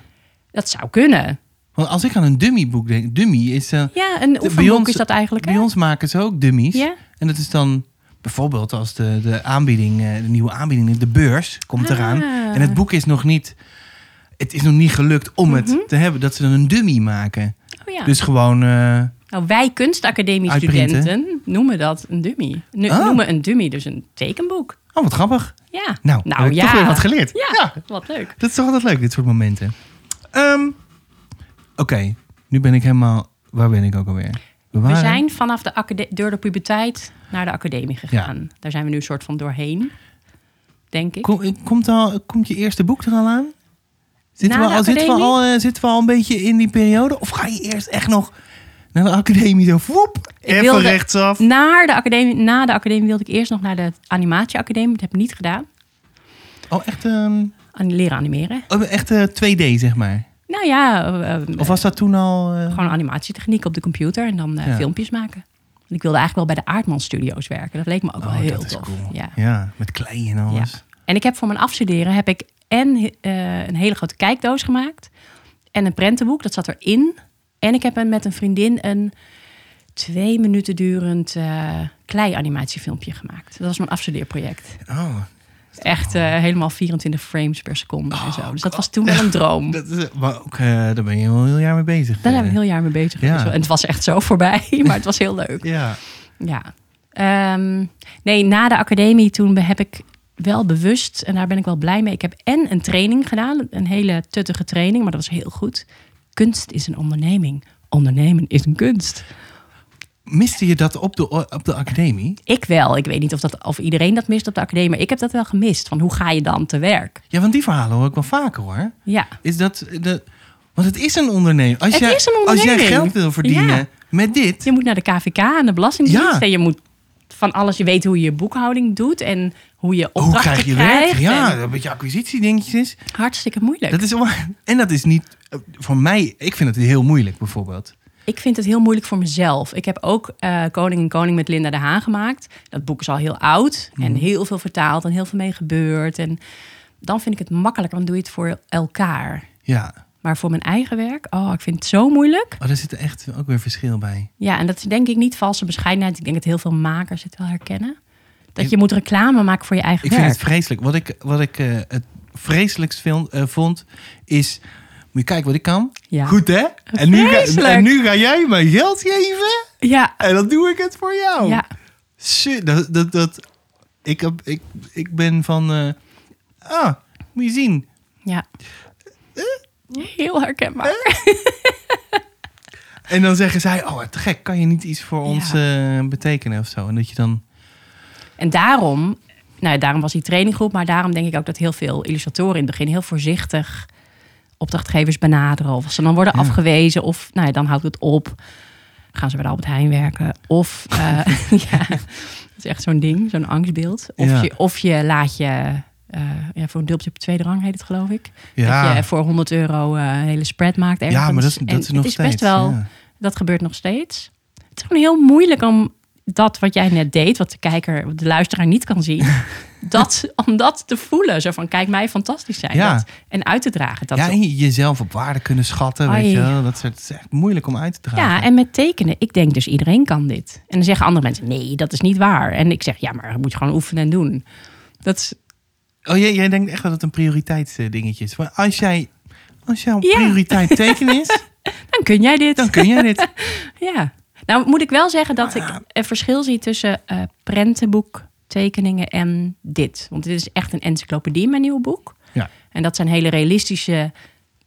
B: Dat zou kunnen.
A: Want als ik aan een dummyboek denk, dummy is... eh,
B: Ja, een
A: de-
B: oefenboek is dat eigenlijk. hè?
A: Bij ons maken ze ook dummies.
B: Ja.
A: En dat is dan bijvoorbeeld als de, de aanbieding, eh, de nieuwe aanbieding, is, de beurs komt
B: Ah.
A: eraan. En het boek is nog niet, het is nog niet gelukt om het te hebben, dat ze dan een dummy maken.
B: Oh, Mhm. ja.
A: Dus gewoon, eh,
B: Nou, wij kunstacademie
A: Uitprinten.
B: studenten noemen dat een dummy. Nu,
A: Ah.
B: Noemen een dummy dus een tekenboek.
A: oh wat grappig.
B: Ja.
A: Nou, heb ik toch weer wat geleerd.
B: Ja,
A: Ja.
B: wat leuk.
A: Dat is toch altijd leuk, dit soort momenten. Ehm, Oké, nu ben ik helemaal, waar ben ik ook alweer?
B: We
A: waren-
B: zijn vanaf de acade- door de puberteit naar de academie gegaan. Daar zijn we nu een soort van doorheen, denk ik.
A: Kom- eh, komt, al, komt je eerste boek er al aan? Zitten
B: Na
A: we
B: de
A: al, zitten, we
B: academie?
A: al, eh, zitten we al een beetje in die periode? Of ga je eerst echt nog naar de academie? Zo, woep, even
B: wilde-
A: rechtsaf.
B: Naar de academie, na de academie wilde ik eerst nog naar de animatieacademie. Dat heb ik niet gedaan.
A: Oh, echt, ehm,
B: An- Leren animeren.
A: oh, echt eh, 2D, zeg maar.
B: Nou ja, eh, eh,
A: Of was dat toen al... eh,
B: gewoon animatietechniek op de computer en dan eh,
A: Ja.
B: filmpjes maken. Want ik wilde eigenlijk wel bij de Aardman Studios werken. Dat leek me ook wel
A: oh,
B: heel
A: dat is
B: tof.
A: cool.
B: Ja.
A: Ja. met klei en alles.
B: Ja. En ik heb voor mijn afstuderen heb ik en eh, een hele grote kijkdoos gemaakt. En een prentenboek, dat zat erin. En ik heb een- met een vriendin een twee minuten durend eh klei-animatiefilmpje gemaakt. Dat was mijn afstudeerproject.
A: Oh,
B: Echt eh, helemaal 24 frames per seconde en zo. Dus dat was toen wel een droom.
A: Oh, dat is, maar ook, eh, daar ben je wel een heel jaar mee bezig.
B: Daar zijn we
A: eh.
B: een heel jaar mee bezig
A: Ja.
B: geweest. En het was echt zo voorbij, maar het was heel leuk.
A: Ja.
B: Ja. Ehm, nee, na de academie toen heb ik wel bewust, en daar ben ik wel blij mee. Ik heb en een training gedaan, een hele tuttige training, maar dat was heel goed. Kunst is een onderneming. Ondernemen is een kunst.
A: Miste je dat op de, op de academie?
B: Ik wel. Ik weet niet of, dat, of iedereen dat mist op de academie, maar ik heb dat wel gemist. Van hoe ga je dan te werk?
A: Ja, want die verhalen hoor ik wel vaker hoor.
B: Ja.
A: Is dat de. Want het is een onderneming. Als
B: Het
A: jij,
B: is een
A: Als jij
B: onderneming.
A: geld wil verdienen
B: Ja.
A: met dit.
B: Je moet naar de KVK en de Belastingdienst.
A: Ja.
B: En je moet van alles, je weet hoe je je boekhouding doet en hoe je
A: Oh, Hoe
B: opdrachten
A: krijg je
B: krijgt.
A: werk? Ja,
B: en-
A: een beetje acquisitiedingetjes is.
B: hartstikke moeilijk.
A: Dat is waar. En dat is niet. eh, Voor mij, ik vind het heel moeilijk bijvoorbeeld.
B: Ik vind het heel moeilijk voor mezelf. Ik heb ook eh, Koning en Koning met Linda de Haan gemaakt. Dat boek is al heel oud en
A: Mhm.
B: heel veel vertaald en heel veel mee gebeurd. En dan vind ik het makkelijker, want doe je het voor elkaar.
A: Ja.
B: Maar voor mijn eigen werk, oh, ik vind het zo moeilijk.
A: Oh, daar zit echt ook weer verschil bij.
B: Ja, en dat is denk ik niet valse bescheidenheid. Ik denk dat heel veel makers het wel herkennen. Dat je moet reclame maken voor je eigen
A: Ik
B: werk.
A: vind het vreselijk. Wat ik, wat ik eh, het vreselijkst vind, eh, vond, is. Moet je kijken wat ik kan?
B: Ja.
A: Goed hè? En nu, ga,
B: Vreselijk.
A: en nu ga jij mijn geld geven.
B: Ja,
A: En dan doe ik het voor jou.
B: ja.
A: Shit, dat, dat, dat, ik, heb, ik, ik ben van... eh, ah, moet je zien.
B: ja. Heel
A: Eh?
B: herkenbaar.
A: En dan zeggen zij, oh, te gek, kan je niet iets voor
B: Ja.
A: ons eh, betekenen of zo? En dat je dan...
B: En daarom, nou, daarom was die traininggroep, maar daarom denk ik ook dat heel veel illustratoren in het begin heel voorzichtig opdrachtgevers benaderen. Of als ze dan worden afgewezen, of nou ja, dan houdt het op. Gaan ze bij de Albert Heijn werken? Of eh, ja, dat is echt zo'n ding, zo'n angstbeeld. Of,
A: Ja.
B: je, of je laat je eh, ja, voor een dubbeltje op tweede rang heet het, geloof ik. Dat je
A: Ja,
B: voor 100 euro eh, een hele spread maakt. Ergens.
A: ja maar dat, is-
B: En
A: dat is nog
B: het is
A: steeds.
B: best wel
A: ja.
B: dat gebeurt nog steeds. Het is gewoon heel moeilijk om dat wat jij net deed, wat de kijker, de luisteraar niet kan zien, dat, om dat te voelen. Zo van, kijk mij fantastisch zijn.
A: Ja.
B: Dat, en uit te dragen. Dat
A: ja, en je- jezelf op waarde kunnen schatten,
B: Ai.
A: weet je wel. Dat soort, het is echt moeilijk om uit te dragen.
B: ja, en met tekenen. Ik denk dus iedereen kan dit. En dan zeggen andere mensen, nee, dat is niet waar. En ik zeg, ja, maar dat moet je gewoon oefenen en doen. Dat is,
A: Oh, jij, jij denkt echt dat het een prioriteitsdingetje is. Maar als jij... Als jouw
B: Ja.
A: prioriteit tekenen is,
B: dan kun jij dit.
A: dan kun jij dit.
B: Ja. Nou moet ik wel zeggen dat ik een verschil zie tussen eh prentenboek, tekeningen en dit. Want dit is echt een encyclopedie, mijn nieuwe boek.
A: Ja.
B: En dat zijn hele realistische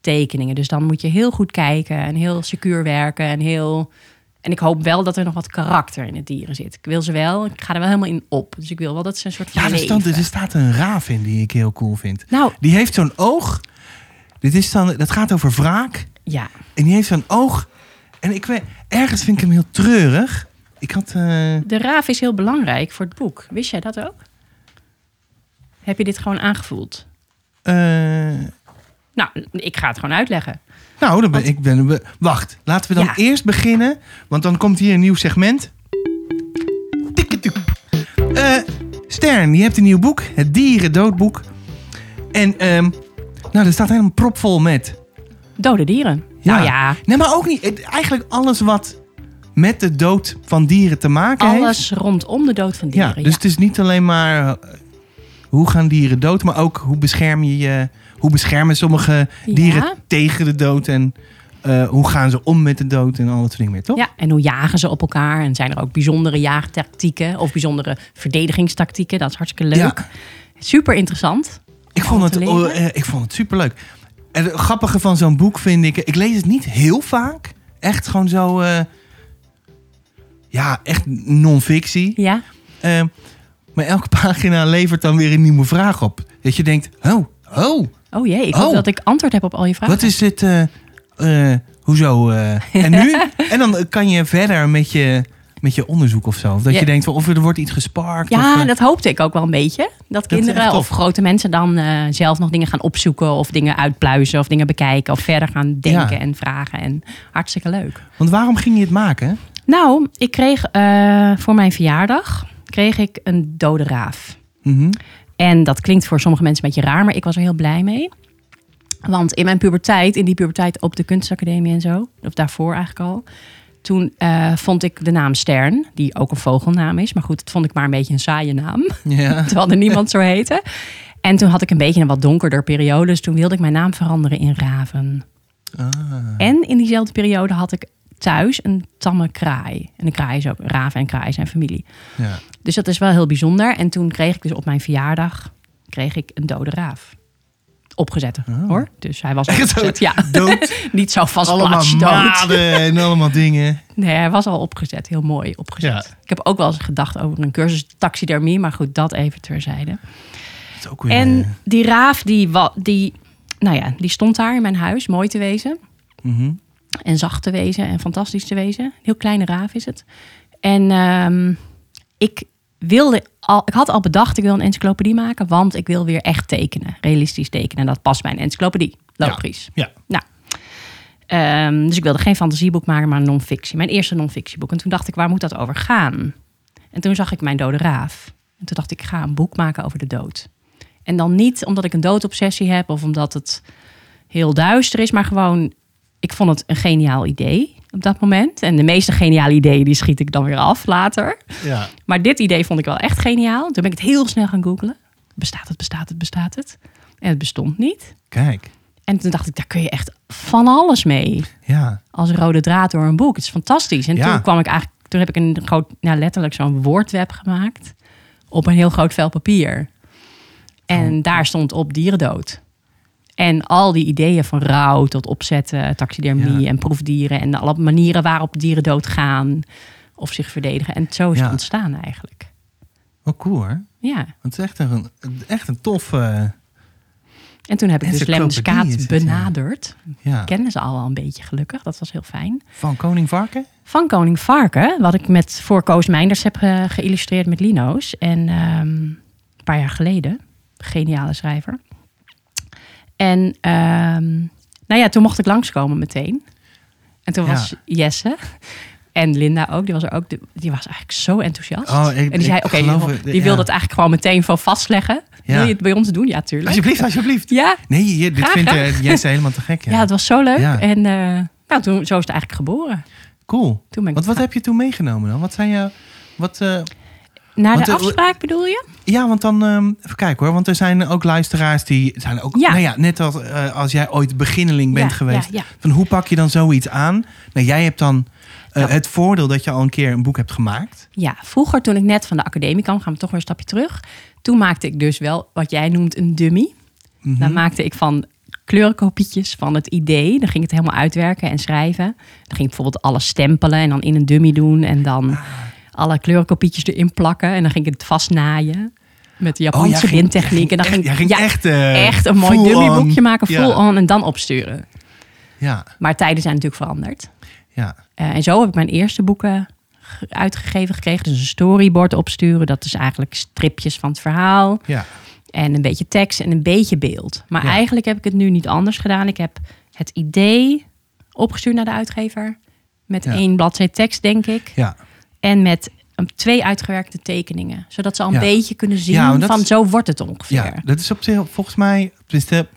B: tekeningen. Dus dan moet je heel goed kijken en heel secuur werken. En, heel... en ik hoop wel dat er nog wat karakter in het dieren zit. Ik wil ze wel, ik ga er wel helemaal in op. Dus ik wil wel dat ze een soort van
A: Ja, er
B: leven.
A: staat, er staat een raaf in die ik heel cool vind.
B: Nou,
A: Die heeft zo'n oog. Dit is dan, dat gaat over wraak.
B: ja.
A: En die heeft zo'n oog. En ik weet, ergens vind ik hem heel treurig. Ik had. eh,
B: De raaf is heel belangrijk voor het boek. Wist jij dat ook? Heb je dit gewoon aangevoeld?
A: eh,
B: Nou, ik ga het gewoon uitleggen.
A: nou, dan ben, ik ben. we- Wacht, laten we dan
B: Ja.
A: eerst beginnen. Want dan komt hier een nieuw segment. Tikketuk. Eh, Stern, je hebt een nieuw boek. Het Dierendoodboek. En ehm, nou, dat staat helemaal propvol met...
B: Dode dieren. Nou ja,
A: Nee, maar ook niet. het- eigenlijk alles wat met de dood van dieren te maken heeft.
B: alles rondom de dood van dieren.
A: Ja, dus het is niet alleen maar eh, hoe gaan dieren dood, maar ook hoe bescherm je je, hoe beschermen sommige
B: Ja.
A: dieren tegen de dood en eh, hoe gaan ze om met de dood en al dat soort dingen meer, toch?
B: Ja, en hoe jagen ze op elkaar? En zijn er ook bijzondere jaagtactieken of bijzondere verdedigingstactieken? Dat is hartstikke leuk.
A: Ja.
B: Super interessant.
A: Ik vond
B: Om
A: het,
B: te leren.
A: oh, eh, ik vond het superleuk. En het grappige van zo'n boek vind ik, ik lees het niet heel vaak, echt gewoon zo, eh, ja, echt non-fictie.
B: Ja,
A: Eh, maar elke pagina levert dan weer een nieuwe vraag op. Dat je denkt, oh, oh,
B: oh jee, ik
A: Oh.
B: hoop dat ik antwoord heb op al je vragen.
A: Wat is dit? eh, eh, hoezo? eh, en nu? en dan kan je verder met je, met je onderzoek of zo. Of Dat
B: Ja.
A: je denkt, van, of er wordt iets gesparkt. of,
B: Ja,
A: eh,
B: dat hoopte ik ook wel een beetje. Dat
A: is echt
B: kinderen
A: tof.
B: of grote mensen dan eh, zelf nog dingen gaan opzoeken of dingen uitpluizen of dingen bekijken of verder gaan denken
A: Ja.
B: en vragen. En hartstikke leuk.
A: Want waarom ging je het maken?
B: Nou, ik kreeg eh, voor mijn verjaardag kreeg ik een dode raaf.
A: Mhm.
B: En dat klinkt voor sommige mensen een beetje raar, maar ik was er heel blij mee. Want in mijn puberteit, in die puberteit op de kunstacademie en zo, of daarvoor eigenlijk al, toen eh, vond ik de naam Stern, die ook een vogelnaam is. Maar goed, dat vond ik maar een beetje een saaie naam.
A: Ja.
B: Terwijl er niemand zo heette. En toen had ik een beetje een wat donkerder periode. Dus toen wilde ik mijn naam veranderen in Raven. En in diezelfde periode had ik thuis een tamme kraai. En een kraai is ook, Raven en kraai zijn familie.
A: ja.
B: Dus dat is wel heel bijzonder. En toen kreeg ik dus op mijn verjaardag kreeg ik een dode raaf. Opgezet hoor. Dus hij was al
A: Oh. Echt zo?
B: opgezet. Ja.
A: Dood.
B: Niet zo vast
A: Allemaal
B: plaatsdood.
A: maden en allemaal dingen.
B: Nee, hij was al opgezet. Heel mooi opgezet.
A: Ja.
B: Ik heb ook wel eens gedacht over een cursus taxidermie. Maar goed, dat even terzijde.
A: Dat is ook weer, eh,
B: En die raaf, die, wa- die, nou ja, die stond daar in mijn huis, mooi te wezen.
A: mhm.
B: En zacht te wezen en fantastisch te wezen. Een heel kleine raaf is het. En ehm, ik wilde al, ik had al bedacht, ik wil een encyclopedie maken, want ik wil weer echt tekenen, realistisch tekenen. En dat past bij een encyclopedie, logisch.
A: Ja.
B: Nou, ehm, dus ik wilde geen fantasieboek maken, maar een non-fictie. Mijn eerste non-fictieboek. En toen dacht ik, waar moet dat over gaan? En toen zag ik mijn dode raaf. En toen dacht ik, ik ga een boek maken over de dood. En dan niet omdat ik een doodobsessie heb of omdat het heel duister is, maar gewoon, ik vond het een geniaal idee op dat moment. En de meeste geniale ideeën die schiet ik dan weer af later.
A: ja.
B: Maar dit idee vond ik wel echt geniaal. Toen ben ik het heel snel gaan googlen. Bestaat het, bestaat het, bestaat het? En het bestond niet.
A: Kijk.
B: En toen dacht ik, daar kun je echt van alles mee
A: Ja.
B: als rode draad door een boek. Het is fantastisch. En
A: Ja.
B: toen kwam ik eigenlijk, toen heb ik een groot, nou letterlijk zo'n woordweb gemaakt op een heel groot vel papier.
A: Oh.
B: En daar stond op dierendood. En al die ideeën van rouw tot opzetten, taxidermie
A: Ja.
B: en proefdieren en alle manieren waarop dieren doodgaan of zich verdedigen. En zo is
A: Ja.
B: het ontstaan eigenlijk.
A: Wel cool hoor.
B: Ja.
A: Want het is echt een, echt een tof... eh,
B: En toen heb ik dus Lem
A: Encyclopedie is
B: Skaat
A: het, ja.
B: benaderd.
A: ja.
B: Kennen ze al wel een beetje gelukkig. Dat was heel fijn.
A: Van Koning Varken?
B: van Koning Varken, wat ik met voor Koos Meinders heb eh, geïllustreerd met Lino's. En ehm, een paar jaar geleden, geniale schrijver. En ehm, nou ja, toen mocht ik langskomen meteen. En toen
A: Ja.
B: was Jesse en Linda ook, die was er ook, die, die was eigenlijk zo enthousiast.
A: Oh, ik-
B: en die zei,
A: ik
B: oké,
A: geloof
B: die,
A: het,
B: die
A: ja.
B: wil dat eigenlijk gewoon meteen van vastleggen.
A: Ja.
B: Wil je het bij ons doen? Ja, tuurlijk.
A: Alsjeblieft, alsjeblieft.
B: Ja,
A: Nee, je- dit
B: Graag,
A: vindt eh, Jesse helemaal te gek. Ja.
B: ja. het was zo leuk.
A: Ja.
B: En eh, nou, toen, zo is het eigenlijk geboren.
A: Cool.
B: Toen ben ik
A: Want wat heb je toen meegenomen dan? Wat zijn je... Wat, eh,
B: Naar
A: Want,
B: de
A: eh,
B: afspraak bedoel je?
A: Ja, want dan, ehm, even kijken hoor. Want er zijn ook luisteraars die zijn ook,
B: Ja.
A: nou ja, net als, eh, als jij ooit beginneling bent
B: Ja,
A: geweest.
B: ja, ja.
A: Van hoe pak je dan zoiets aan? Nou, jij hebt dan eh,
B: Ja.
A: het voordeel dat je al een keer een boek hebt gemaakt.
B: Ja, vroeger toen ik net van de academie kwam, gaan we toch weer een stapje terug. Toen maakte ik dus wel wat jij noemt een dummy.
A: Mhm.
B: Dan maakte ik van kleurenkopietjes van het idee. Dan ging ik het helemaal uitwerken en schrijven. Dan ging ik bijvoorbeeld alles stempelen en dan in een dummy doen. En dan
A: Ah.
B: alle kleurenkopietjes erin plakken. En dan ging ik het vastnaaien met de
A: Oh, jij
B: Japanse
A: ging-
B: windtechniek. En dan
A: echt-
B: ging
A: jij ging
B: ja,
A: echt, eh,
B: echt een mooi
A: full
B: dummyboekje
A: on.
B: maken, full
A: Ja.
B: on, en dan opsturen.
A: Ja,
B: Maar tijden zijn natuurlijk veranderd.
A: ja.
B: Eh, en zo heb ik mijn eerste boeken ge- uitgegeven gekregen. Dus een storyboard opsturen. Dat is eigenlijk stripjes van het verhaal.
A: ja.
B: En een beetje tekst en een beetje beeld. Maar
A: Ja.
B: eigenlijk heb ik het nu niet anders gedaan. Ik heb het idee opgestuurd naar de uitgever. Met
A: Ja.
B: één bladzij tekst, denk ik.
A: ja.
B: En met een, twee uitgewerkte tekeningen. Zodat ze al een
A: Ja.
B: beetje kunnen zien
A: Ja, want dat
B: van
A: is-
B: zo wordt het ongeveer.
A: Ja,
B: Ja,
A: dat is op zich volgens mij... tenminste,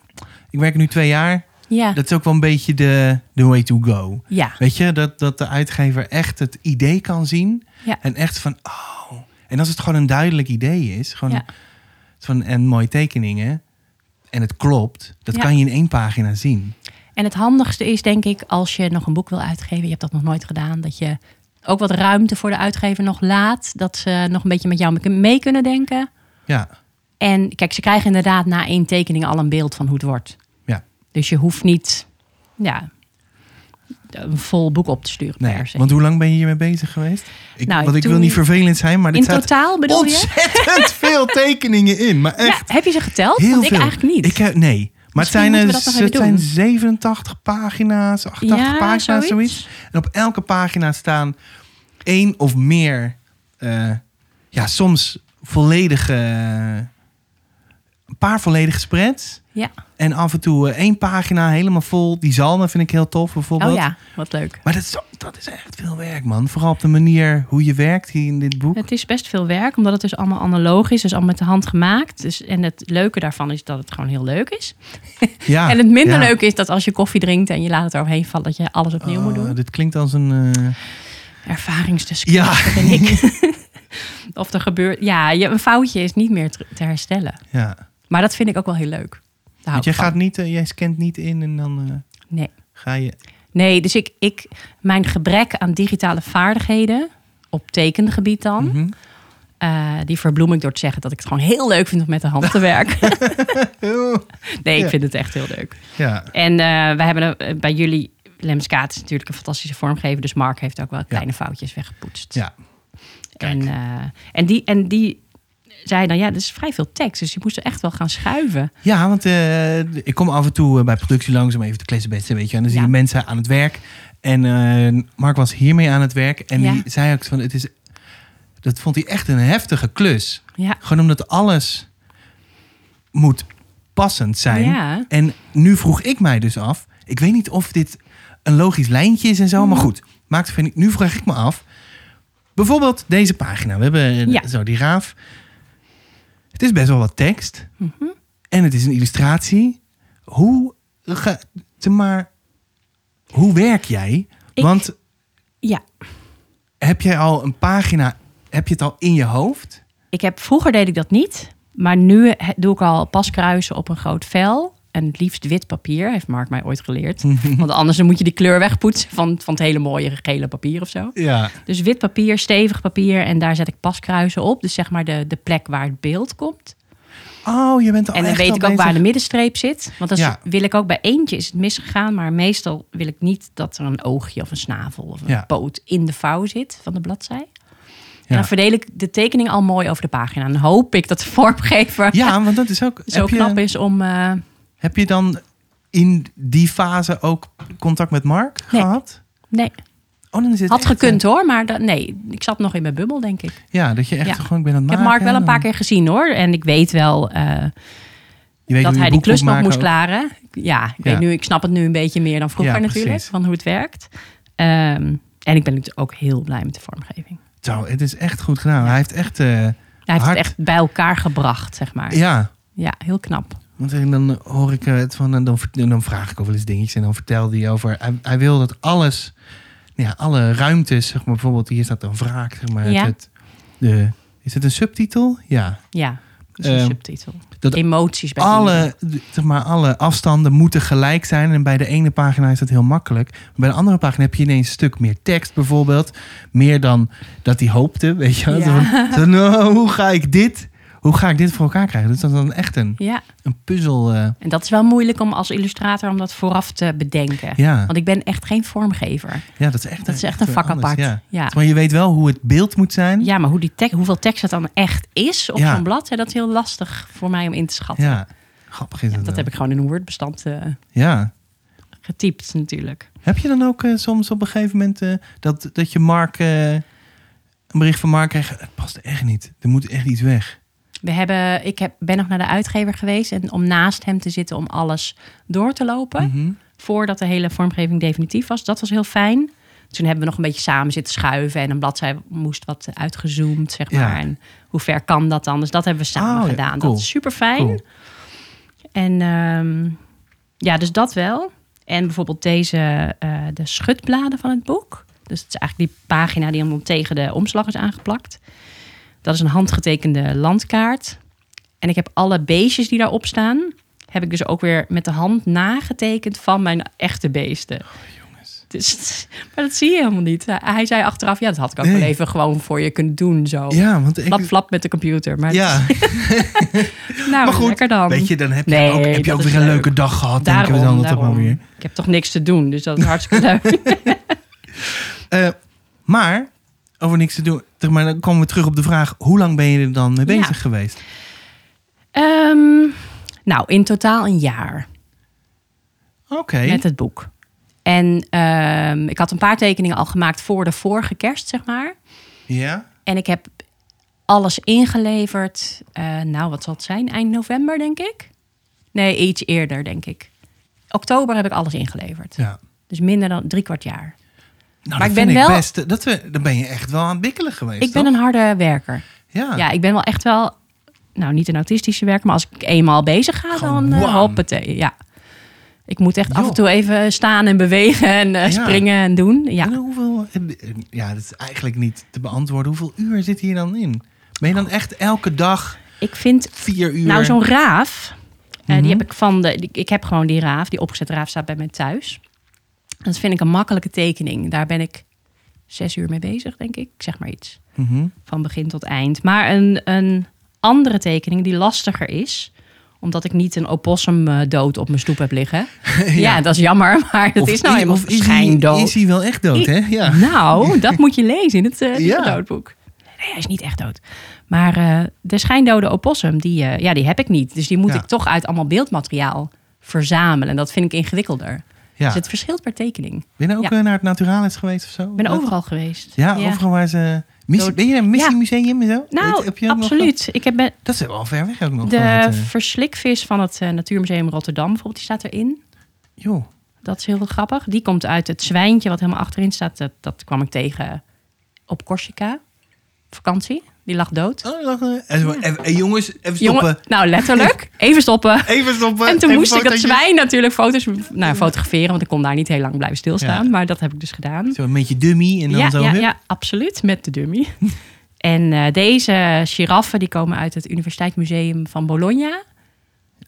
A: Ik werk er nu twee jaar.
B: ja.
A: Dat is ook wel een beetje de, de way to go. Weet je, dat, dat de uitgever echt het idee kan zien.
B: Ja.
A: En echt van, oh. En als het gewoon een duidelijk idee is. Gewoon
B: Ja.
A: van, en mooie tekeningen. En het klopt. Dat
B: Ja.
A: kan je in één pagina zien.
B: En het handigste is denk ik als je nog een boek wil uitgeven. Je hebt dat nog nooit gedaan. Dat je ook wat ruimte voor de uitgever nog laat. Dat ze nog een beetje met jou mee kunnen denken.
A: Ja,
B: En kijk, ze krijgen inderdaad na één tekening al een beeld van hoe het wordt.
A: ja.
B: Dus je hoeft niet ja, een vol boek op te sturen
A: Nee.
B: per se.
A: Want hoe lang ben je hiermee bezig geweest? Ik,
B: Nou,
A: want ik wil
B: toen-
A: niet vervelend zijn, maar er
B: In
A: staat
B: totaal bedoel je?
A: ontzettend veel tekeningen in. Maar echt.
B: Ja, heb je ze geteld?
A: Heel
B: Want ik
A: veel.
B: eigenlijk niet.
A: Ik, heb- nee. Maar het
B: Misschien
A: zijn,
B: moeten
A: eh,
B: we dat nog even
A: het
B: doen.
A: zijn 87 pagina's, 88
B: Ja,
A: pagina's, zoiets.
B: zoiets. Oh
A: En op elke pagina staan één of meer, eh, ja, soms volledige, een paar volledige spreads.
B: Ja.
A: En af en toe eh, één pagina helemaal vol. Die zalmen vind ik heel tof, bijvoorbeeld.
B: Oh ja, wat leuk.
A: Maar dat is, dat is echt veel werk, man. Vooral op de manier hoe je werkt hier in dit boek.
B: Het is best veel werk, omdat het dus allemaal analoog is. Dus allemaal met de hand gemaakt. Dus, en het leuke daarvan is dat het gewoon heel leuk is.
A: ja,
B: en het minder
A: Ah, ja.
B: leuke is dat als je koffie drinkt en je laat het eroverheen vallen, dat je alles opnieuw moet
A: Oh,
B: doen.
A: dit klinkt als een... eh,
B: Ervaringsdeskundige
A: ja.
B: ben ik. of er gebeurt... Ja, je, een foutje is niet meer te te herstellen.
A: ja.
B: Maar dat vind ik ook wel heel leuk. Daar hou
A: Want jij,
B: ik van.
A: gaat niet, eh, jij scant niet in en dan eh,
B: Nee.
A: ga je...
B: Nee, dus ik, ik, mijn gebrek aan digitale vaardigheden, op tekengebied dan,
A: Mhm.
B: eh, die verbloem ik door te zeggen dat ik het gewoon heel leuk vind om met de hand te werken. nee, ik
A: Ja.
B: vind het echt heel leuk.
A: Ja,
B: En eh, wij hebben een- eh, bij jullie, Lemskaat is natuurlijk een fantastische vormgever, dus Mark heeft ook wel kleine foutjes weggepoetst.
A: ja. kijk.
B: En, eh, en, die, en die zei dan, ja, dat is vrij veel tekst, dus je moest er echt wel gaan schuiven.
A: ja want eh, ik kom af en toe eh, bij productie langs om even te kletsen best, weet je. En dan zie je
B: Ja.
A: mensen aan het werk. En eh, Mark was hiermee aan het werk. En
B: Ja.
A: die zei ook van, het is... Dat vond hij echt een heftige klus.
B: Ja,
A: Gewoon omdat alles moet passend zijn.
B: Ja.
A: En nu vroeg ik mij dus af. Ik weet niet of dit een logisch lijntje is en zo.
B: Mm.
A: Maar goed, maakt verder niet. Nu vraag ik me af. Bijvoorbeeld deze pagina. We hebben eh,
B: Ja.
A: zo die raaf. Het is best wel wat tekst.
B: Mhm.
A: En het is een illustratie. Hoe, ga, zeg maar, hoe werk jij?
B: Ik-
A: Want
B: ja.
A: heb jij al een pagina, heb je het al in je hoofd?
B: Ik heb, vroeger deed ik dat niet, maar nu he- doe ik al paskruisen op een groot vel. En het liefst wit papier, heeft Mark mij ooit geleerd. Want anders dan moet je die kleur wegpoetsen van, van het hele mooie gele papier of zo.
A: Ja.
B: Dus wit papier, stevig papier en daar zet ik paskruisen op. Dus zeg maar de, de plek waar het beeld komt.
A: Oh, je bent al
B: en dan
A: echt
B: weet
A: al
B: ik ook waar de
A: bezig.
B: middenstreep zit. Want dan
A: Ja.
B: wil ik ook bij eentje is het misgegaan. Maar meestal wil ik niet dat er een oogje of een snavel of een
A: Ja.
B: poot in de vouw zit van de bladzij.
A: Ja.
B: En dan verdeel ik de tekening al mooi over de pagina. En dan hoop ik dat de vormgever
A: Ja, want dat is ook.
B: zo
A: heb,
B: knap
A: je,
B: is om... eh,
A: heb je dan in die fase ook contact met Mark
B: Nee.
A: gehad?
B: nee,
A: Oh, dan is het
B: had
A: echt,
B: gekund hoor. Maar dat, nee, ik zat nog in mijn bubbel, denk ik.
A: eh, Ja, dat je echt
B: Ja.
A: gewoon ik ben aan het
B: Ik heb
A: maken.
B: Mark wel
A: en
B: een paar
A: dan-
B: keer gezien hoor. En ik weet wel eh,
A: je weet
B: dat
A: hoe je
B: hij die
A: boek
B: klus nog
A: maken
B: moest
A: ook.
B: klaren. Ja, ik,
A: Ja.
B: Weet nu, ik snap het nu een beetje meer dan vroeger
A: Ja,
B: natuurlijk.
A: precies.
B: Van hoe het werkt. Ehm, en ik ben natuurlijk ook heel blij met de vormgeving.
A: Zo, het is echt goed gedaan. Hij heeft echt. eh,
B: Hij heeft
A: Hard.
B: het echt bij elkaar gebracht, zeg maar. Ja,
A: ja,
B: heel knap.
A: want eh, dan hoor ik eh, het van. En dan, en dan vraag ik over eens dingetjes. En dan vertelde hij over. Hij, hij wil dat alles. nou Ja, alle ruimtes, zeg maar. Bijvoorbeeld, hier staat een wraak. Zeg maar,
B: Ja.
A: het, de, is het een subtitel? Ja.
B: Ja, dat is een
A: Ehm,
B: subtitel.
A: dat
B: Emoties bij iedereen.
A: alle, d- zeg maar, alle afstanden moeten gelijk zijn. En bij de ene pagina is dat heel makkelijk. Maar bij de andere pagina heb je ineens een stuk meer tekst bijvoorbeeld. Meer dan dat hij hoopte. Weet je wel.
B: Ja.
A: Zo van, zo, nou, hoe ga ik dit? Hoe ga ik dit voor elkaar krijgen? Dus dat is dan echt een,
B: Ja,
A: een puzzel. eh,
B: en dat is wel moeilijk om als illustrator om dat vooraf te bedenken.
A: ja.
B: Want ik ben echt geen vormgever.
A: ja, dat is echt,
B: Dat is echt een
A: weer
B: vak
A: anders,
B: apart.
A: ja.
B: Ja.
A: Maar je weet wel hoe het beeld moet zijn.
B: Ja, maar hoe die tek- hoeveel tekst dat dan echt is op
A: Ja.
B: zo'n blad, hè, dat is heel lastig voor mij om in te schatten.
A: Ja. Grappig is
B: Ja,
A: dat.
B: dat
A: wel.
B: heb ik gewoon in een Word-bestand eh,
A: Ja.
B: getypt natuurlijk.
A: Heb je dan ook eh, soms op een gegeven moment eh, dat, dat je Mark eh, een bericht van Mark krijgt? Het past echt niet. Er moet echt iets weg.
B: We hebben, ik heb, ben nog naar de uitgever geweest en om naast hem te zitten om alles door te lopen.
A: Mhm.
B: Voordat de hele vormgeving definitief was. Dat was heel fijn. Toen hebben we nog een beetje samen zitten schuiven. En een bladzij moest wat uitgezoomd, zeg
A: Ja.
B: maar. En hoe ver kan dat dan? Dus dat hebben we samen
A: Oh, ja,
B: gedaan.
A: cool.
B: Dat is super fijn.
A: Cool.
B: En ehm, ja, dus dat wel. En bijvoorbeeld deze, eh, de schutbladen van het boek. Dus het is eigenlijk die pagina die hem tegen de omslag is aangeplakt. Dat is een handgetekende landkaart. En ik heb alle beestjes die daarop staan... heb ik dus ook weer met de hand nagetekend van mijn echte beesten.
A: Oh,
B: Dus, maar dat zie je helemaal niet. Hij zei achteraf, ja, dat had ik ook
A: Nee.
B: wel even gewoon voor je kunnen doen. Zo.
A: Ja, want ik...
B: Flap, flap met de computer. Maar,
A: Ja,
B: nou,
A: maar goed.
B: lekker dan.
A: Weet je, dan heb je
B: Nee,
A: ook, heb je
B: dat
A: ook
B: is
A: weer een
B: leuk.
A: leuke dag gehad.
B: daarom,
A: denken we dan
B: daarom.
A: toch maar weer.
B: Ik heb toch niks te doen, dus dat is hartstikke leuk.
A: Eh, maar, over niks te doen. Zeg maar, dan komen we terug op de vraag: hoe lang ben je er dan mee
B: Ja.
A: bezig geweest?
B: Ehm, nou, in totaal een jaar
A: Oké.
B: met het boek. En ehm, ik had een paar tekeningen al gemaakt voor de vorige kerst, zeg maar.
A: Ja.
B: En ik heb alles ingeleverd. eh, nou, wat zal het zijn? Eind november, denk ik? Nee, iets eerder, denk ik. Oktober heb ik alles ingeleverd.
A: ja.
B: Dus minder dan drie kwart jaar.
A: Nou,
B: Maar
A: dat
B: ik ben
A: vind
B: wel-
A: best, eh, dat we, dan ben je echt wel aan het bikkelen geweest.
B: Ik ben
A: toch?
B: een harde werker.
A: Ja.
B: Ja, ik ben wel echt wel... Nou, niet een autistische werker, maar als ik eenmaal bezig ga, dan
A: Gewoon
B: eh,
A: wam.
B: hoppatee. Ja. Ik moet echt af
A: Joh.
B: en toe even staan en bewegen en eh,
A: Ja.
B: springen en doen. Ja.
A: En hoeveel, eh, ja, dat is eigenlijk niet te beantwoorden. Hoeveel uur zit hier dan in? Ben je dan echt elke dag
B: Ik vind
A: vier uur?
B: Oh.
A: Mhm.
B: Nou, zo'n raaf, eh, die heb ik van de. die- ik heb gewoon die raaf, die opgezet raaf staat bij mij thuis. Dat vind ik een makkelijke tekening. Daar ben ik zes uur mee bezig, denk ik. Ik Zeg maar iets.
A: Mhm.
B: Van begin tot eind. Maar een, een andere tekening die lastiger is omdat ik niet een opossum eh, dood op mijn stoep heb liggen. ja. dat is jammer, maar het
A: Of
B: is nou
A: i-
B: helemaal
A: of is
B: schijndood.
A: hij, is hij wel echt dood, hè? Ja.
B: Nou, dat moet je lezen in het eh
A: Ja.
B: doodboek. Nee, hij is niet echt dood. Maar eh, de schijndode opossum, die, eh, ja, die heb ik niet. Dus die moet
A: Ja.
B: ik toch uit allemaal beeldmateriaal verzamelen. En dat vind ik ingewikkelder.
A: ja.
B: Dus het verschilt per tekening.
A: Ben je nou ook
B: Ja.
A: eh, naar het Naturalis geweest of zo?
B: Ik ben
A: Dat-
B: overal geweest.
A: Ja, overal waar ze... Missie,
B: Dood-
A: ben je naar een
B: Ja.
A: missiemuseum en zo? Dat
B: Nou,
A: heb je ook nog gehad?
B: absoluut. Ik heb ben-
A: Dat is wel ver weg ook nog. van
B: de
A: het, eh,
B: verslikvis van het eh, Natuurmuseum Rotterdam bijvoorbeeld, die staat erin.
A: joh.
B: Dat is heel grappig. Die komt uit het zwijntje wat helemaal achterin staat. Dat, dat kwam ik tegen op Corsica. Vakantie. Die lag dood.
A: Oh, lacht, eh. Even- even- eh, jongens, even stoppen.
B: Jongen, nou letterlijk. Even stoppen.
A: Even stoppen.
B: En toen
A: Even
B: moest ik dat
A: fotootje.
B: zwijn natuurlijk foto's nou, fotograferen. Want ik kon daar niet heel lang blijven stilstaan.
A: Ja.
B: Maar dat heb ik dus gedaan.
A: Zo een beetje dummy en dan
B: Ja,
A: zo.
B: ja,
A: hup.
B: ja, absoluut. Met de dummy. en eh, deze giraffen die komen uit het Universiteitsmuseum van Bologna.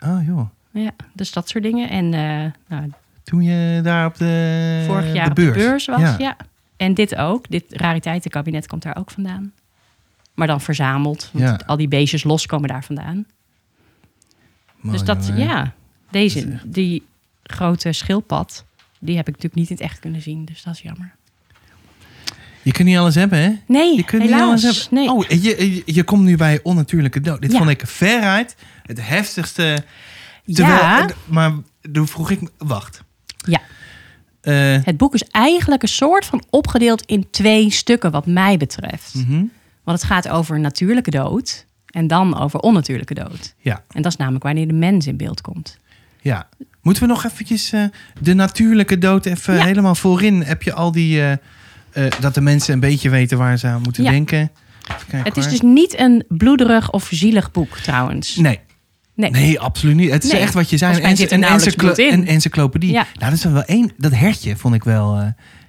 A: Oh joh.
B: Ja, dus dat soort dingen. En eh, nou,
A: Toen je daar op de
B: vorig jaar
A: Eh, de beurs,
B: op de beurs was.
A: Ja.
B: Ja. En dit ook. Dit rariteitenkabinet komt daar ook vandaan. Maar dan verzameld. Want
A: Ja.
B: al die beestjes los komen daar vandaan.
A: Man,
B: dus dat,
A: jongen.
B: ja, deze, die grote schildpad, die heb ik natuurlijk niet in het echt kunnen zien. Dus dat is jammer.
A: Je kunt niet alles hebben, hè?
B: Nee,
A: Je kunt
B: helaas.
A: niet alles hebben.
B: Nee.
A: Oh, je, je, je komt nu bij onnatuurlijke dood. Dit
B: Ja.
A: vond ik veruit het heftigste.
B: ja,
A: terwijl- Maar toen vroeg ik... me- Wacht.
B: ja,
A: Eh,
B: het boek is eigenlijk een soort van opgedeeld in twee stukken wat mij betreft.
A: mhm.
B: Want het gaat over natuurlijke dood en dan over onnatuurlijke dood.
A: Ja,
B: En dat is namelijk wanneer de mens in beeld komt.
A: ja. Moeten we nog eventjes eh, de natuurlijke dood even
B: Ja.
A: helemaal voorin? Heb je al die... eh, eh, dat de mensen een beetje weten waar ze aan moeten
B: Ja.
A: denken. Even kijken
B: Het is
A: hoor.
B: dus niet een bloederig of zielig boek trouwens.
A: Nee.
B: Nee.
A: nee, absoluut niet. Het is
B: Nee.
A: echt wat je zei.
B: Volgens mij zit er nauwelijks
A: encyclo-
B: bloed in.
A: een encyclopedie.
B: Ja.
A: Nou, dat is dan wel één. Dat hertje vond ik wel. eh,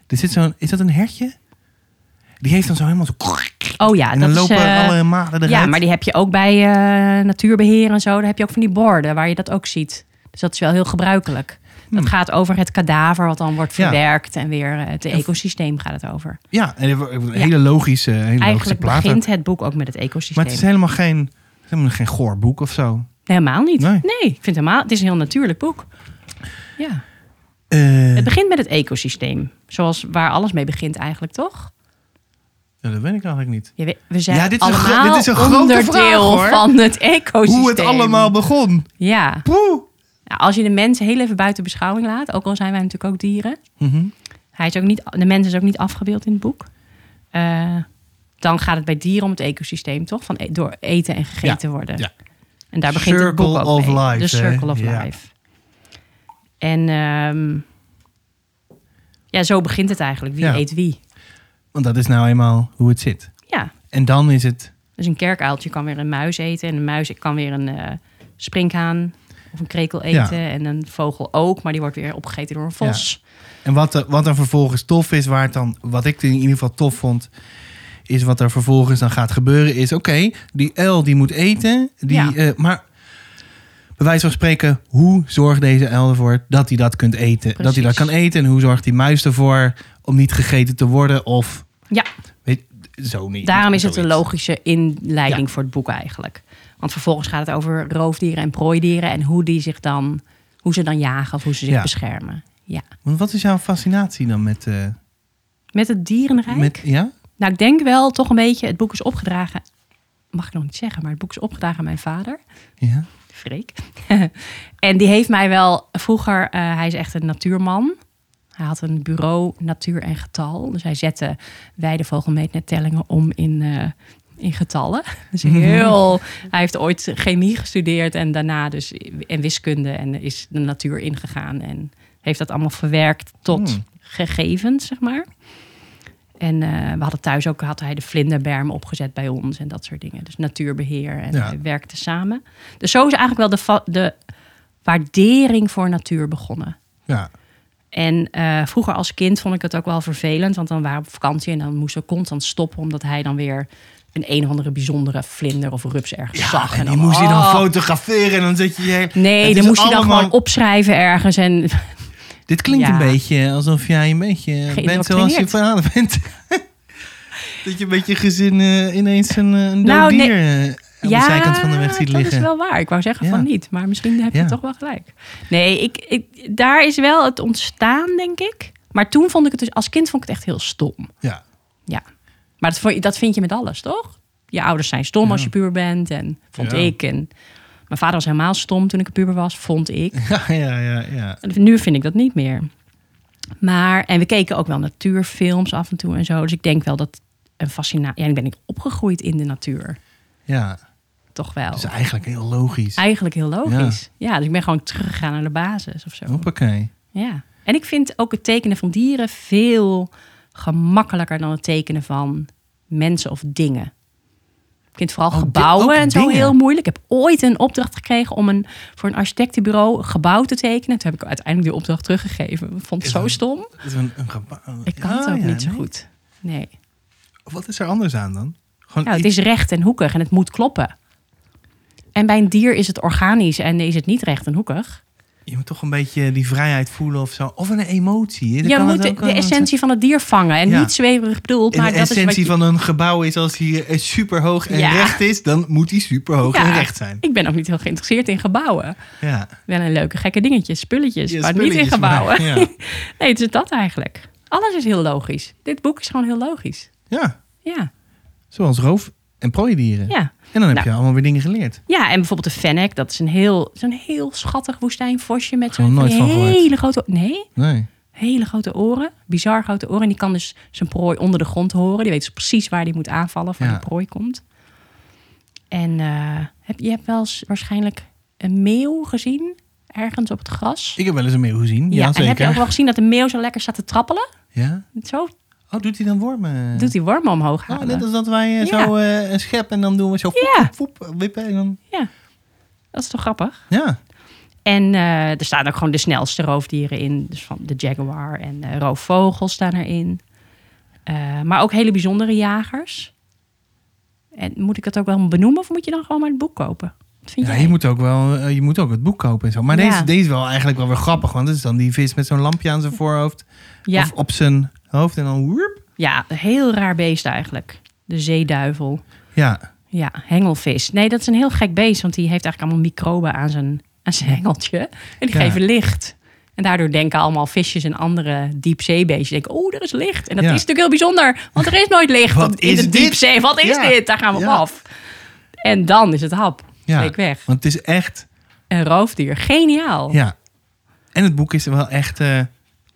A: er zit zo'n, is dat een hertje? Die heeft dan zo helemaal zo.
B: Oh ja,
A: en
B: dat
A: dan
B: is,
A: lopen
B: eh,
A: alle maden eruit.
B: Ja, maar die heb je ook bij eh, natuurbeheer en zo. Daar heb je ook van die borden waar je dat ook ziet. Dus dat is wel heel gebruikelijk. Dat gaat over het kadaver wat dan wordt
A: Hmm. Ja.
B: verwerkt en weer eh, het ecosysteem gaat het over.
A: Ja, en een
B: Ja.
A: hele logische, hele logische
B: Eigenlijk
A: plaat.
B: begint het boek ook met het
A: Maar
B: ecosysteem.
A: het is helemaal geen, het is helemaal geen goor boek of zo.
B: Helemaal niet.
A: Nee.
B: Nee. ik vind helemaal. Het is een heel natuurlijk boek. Ja.
A: Eh,
B: Het begint met het ecosysteem, zoals waar alles mee begint eigenlijk, toch?
A: ja, dat weet ik eigenlijk niet.
B: Je weet- we zijn
A: Ja, dit is een gro-
B: allemaal
A: dit is een grote
B: onderdeel
A: vraag, hoor.
B: van het ecosysteem.
A: Hoe het allemaal begon.
B: Ja.
A: Poeh.
B: Nou, als je de mens heel even buiten beschouwing laat, ook al zijn wij natuurlijk ook dieren,
A: Mhm.
B: Hij is ook niet, de mens is ook niet afgebeeld in het boek. Eh, dan gaat het bij dieren om het ecosysteem, toch? Van, e- door eten en gegeten worden.
A: ja.
B: En daar begint het
A: Circle
B: boek ook
A: of
B: mee.
A: life,
B: de
A: hè?
B: circle of
A: Ja.
B: life. En ehm, Ja, zo begint het eigenlijk. Wie
A: Ja.
B: eet wie?
A: Want dat is nou eenmaal hoe het zit.
B: Ja,
A: En dan is het...
B: dus een kerkuiltje kan weer een muis eten. En een muis kan weer een eh sprinkhaan of een krekel eten. En een vogel ook, maar die wordt weer opgegeten door een vos.
A: En wat, er- wat dan vervolgens tof is, waar het dan, wat ik in ieder geval tof vond, is wat er vervolgens dan gaat gebeuren, is oké, die L die moet eten, die,
B: Ja.
A: eh, maar bij wijze van spreken, hoe zorgt deze L ervoor dat hij dat kunt eten, dat hij dat
B: Precies.
A: kan eten en hoe zorgt die muis ervoor om niet gegeten te worden of
B: Ja.
A: weet, zo niet.
B: Daarom is het een
A: zoiets.
B: logische inleiding voor het boek eigenlijk. Want vervolgens gaat het over roofdieren en prooidieren en hoe die zich dan, hoe ze dan jagen of hoe ze zich
A: Ja.
B: beschermen. Ja.
A: Want wat is jouw fascinatie dan met, eh,
B: Met het dierenrijk?
A: met ja?
B: Nou, ik denk wel toch een beetje. Het boek is opgedragen. Mag ik nog niet zeggen, maar het boek is opgedragen aan mijn vader,
A: Ja.
B: Freek. en die heeft mij wel vroeger. eh, hij is echt een natuurman. Hij had een bureau natuur en getal. Dus hij zette weidevogelmeetnettellingen om in, eh, in getallen. Dus heel. hij heeft ooit chemie gestudeerd en daarna dus en wiskunde en is de natuur ingegaan en heeft dat allemaal verwerkt tot
A: Hmm.
B: gegevens, zeg maar. En eh, we hadden thuis ook had hij de vlinderberm opgezet bij ons en dat soort dingen. Dus natuurbeheer en
A: Ja.
B: hij werkte samen. Dus zo is eigenlijk wel de, va- de waardering voor natuur begonnen.
A: Ja.
B: En eh, vroeger als kind vond ik het ook wel vervelend, want dan waren we op vakantie en dan moesten we constant stoppen, omdat hij dan weer een een of andere bijzondere vlinder of rups ergens zag.
A: En die moest hij dan
B: oh.
A: fotograferen en dan zet je je...
B: Nee,
A: Het
B: dan
A: is
B: moest hij dan
A: allemaal-
B: gewoon opschrijven ergens. En
A: Dit klinkt
B: Ja.
A: een beetje alsof jij een beetje bent zoals je
B: Geïndoctrineerd.
A: vader bent. dat je een beetje gezin eh, ineens een, eh, een dood
B: Nou, nee.
A: dier eh, aan de zijkant van de weg ziet
B: dat
A: liggen.
B: is wel waar. Ik wou zeggen
A: Ja.
B: van niet, maar misschien heb je
A: Ja.
B: toch wel gelijk. Nee, ik, ik, daar is wel het ontstaan, denk ik. Maar toen vond ik het dus, als kind vond ik het echt heel stom.
A: Ja.
B: Ja. Maar dat, vo- dat vind je met alles, toch? Je ouders zijn stom als je puber bent. En vond
A: Ja.
B: ik. En mijn vader was helemaal stom toen ik puber was, vond ik.
A: ja, ja, ja, ja.
B: Nu vind ik dat niet meer. Maar, en we keken ook wel natuurfilms af en toe en zo. Dus ik denk wel dat een fascinatie... Ja, ik ben ik opgegroeid in de natuur.
A: Ja,
B: Toch wel.
A: dat is eigenlijk heel logisch.
B: Eigenlijk heel logisch. Ja. dus ik ben gewoon teruggegaan naar de basis of zo.
A: Oh. Hoppakee.
B: Ja. En ik vind ook het tekenen van dieren veel gemakkelijker dan het tekenen van mensen of dingen. Ik vind vooral
A: Oh, di- ook
B: gebouwen en zo
A: dingen.
B: heel moeilijk. Ik heb ooit een opdracht gekregen om een, voor een architectenbureau een gebouw te tekenen. Toen heb ik uiteindelijk die opdracht teruggegeven. Ik vond het
A: Is
B: zo
A: dat-
B: stom.
A: Dat is een, een gebouw.
B: Ik kan
A: Ah,
B: het ook
A: ja,
B: niet zo
A: nee.
B: goed. Nee.
A: Wat is er anders aan dan? Gewoon
B: Nou, het
A: iets-
B: is recht en hoekig en het moet kloppen. En bij een dier is het organisch en is het niet recht en hoekig.
A: Je moet toch een beetje die vrijheid voelen of zo. Of een emotie. hè? Dan
B: Je
A: kan het
B: moet de,
A: ook wel-
B: de essentie van het dier vangen. En
A: Ja.
B: niet zweverig bedoeld,
A: En
B: maar
A: de
B: dat is wat
A: essentie
B: je-
A: van een gebouw is als hij super hoog en
B: Ja.
A: recht is, dan moet hij super hoog
B: Ja.
A: en recht zijn.
B: Ik ben ook niet heel geïnteresseerd in gebouwen.
A: Ja.
B: Wel een leuke gekke dingetjes, spulletjes,
A: Ja,
B: maar niet in
A: spulletjes,
B: gebouwen.
A: maar- ja.
B: nee, het is dat eigenlijk. Alles is heel logisch. Dit boek is gewoon heel logisch.
A: Ja,
B: Ja,
A: zoals roof- en prooidieren.
B: ja.
A: En dan heb
B: Nou.
A: je allemaal weer dingen geleerd.
B: Ja, en bijvoorbeeld de fennec, dat is een heel, zo'n heel schattig woestijnvosje met
A: Gewoon
B: zo'n van die
A: nooit van gehoord.
B: hele grote, nee,
A: Nee.
B: hele grote oren, bizar grote oren. En die kan dus zijn prooi onder de grond horen. Die weet dus precies waar die moet aanvallen of waar
A: Ja.
B: die prooi komt. En eh, heb, je hebt wel eens waarschijnlijk een meeuw gezien ergens op het gras.
A: Ik heb wel eens een meeuw gezien. Ja,
B: en heb je ook
A: zeker.
B: wel gezien dat de meeuw zo lekker staat te trappelen?
A: Ja?
B: Zo
A: Oh, doet hij dan wormen?
B: doet die wormen omhoog
A: Oh,
B: halen.
A: net als dat wij eh,
B: Ja.
A: zo eh, een schep en dan doen we zo voep,
B: Ja.
A: voep, voep, wippen en dan...
B: Ja, dat is toch grappig?
A: Ja.
B: En eh, er staan ook gewoon de snelste roofdieren in. Dus van de jaguar en eh, roofvogels staan erin. Eh, maar ook hele bijzondere jagers. En moet ik dat ook wel benoemen of moet je dan gewoon maar het boek kopen? Wat vind
A: ja,
B: jij?
A: je moet ook wel eh, je moet ook het boek kopen en zo. Maar
B: Ja.
A: deze, deze is wel eigenlijk wel weer grappig, want het is dan die vis met zo'n lampje aan zijn voorhoofd.
B: ja,
A: Of op zijn hoofd en dan woerp.
B: ja, een heel raar beest eigenlijk. De zeeduivel.
A: Ja.
B: Ja, hengelvis. Nee, dat is een heel gek beest, want die heeft eigenlijk allemaal microben aan zijn, aan zijn hengeltje. En die
A: Ja.
B: geven licht. En daardoor denken allemaal visjes en andere diepzeebeestjes, denken, oh, er is licht. En dat
A: Ja.
B: is natuurlijk heel bijzonder, want er is nooit licht
A: Wat
B: in
A: is
B: de
A: dit?
B: diepzee. Wat is
A: Ja.
B: dit? Daar gaan we
A: Ja.
B: op af. En dan is het hap.
A: ja.
B: Steek weg.
A: Want het is echt...
B: Een roofdier. Geniaal. Ja.
A: Ja. En het boek is wel echt eh,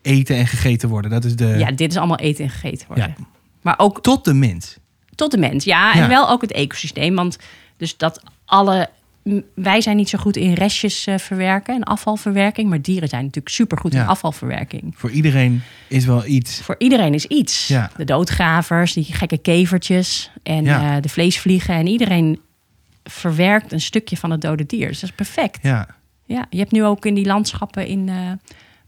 A: eten en gegeten worden. Dat is de...
B: dit is allemaal eten en gegeten worden. Maar ook
A: Tot de mens.
B: Tot de mens, ja. En
A: Ja.
B: wel ook het ecosysteem. Want dus dat alle m- wij zijn niet zo goed in restjes eh, verwerken en afvalverwerking. Maar dieren zijn natuurlijk supergoed
A: Ja.
B: in afvalverwerking.
A: Voor iedereen is wel iets.
B: Voor iedereen is iets.
A: Ja.
B: De doodgravers, die gekke kevertjes en
A: Ja.
B: eh, de vleesvliegen. En iedereen verwerkt een stukje van het dode dier. Dus dat is perfect.
A: Ja,
B: Ja, je hebt nu ook in die landschappen in, eh,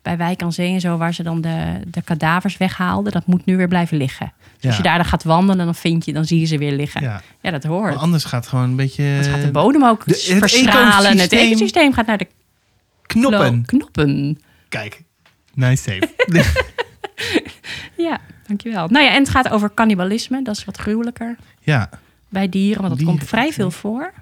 B: bij Wijk aan Zee en zo, waar ze dan de, de kadavers weghaalden, dat moet nu weer blijven liggen. Dus
A: Ja.
B: als je daar dan gaat wandelen, dan vind je, dan zie je ze weer liggen. Ja,
A: ja.
B: dat
A: Maar
B: hoort.
A: anders gaat gewoon een beetje
B: Het gaat de bodem ook
A: Ehm, de- het
B: verstralen. Het
A: ecosysteem-
B: ecosysteem gaat naar de kno-
A: knoppen.
B: knoppen.
A: Kijk. Nice save.
B: Ja, dankjewel. Nou ja, en het gaat over cannibalisme. Dat is wat gruwelijker
A: ja.
B: bij dieren, want dat
A: Dieren,
B: komt vrij veel voor.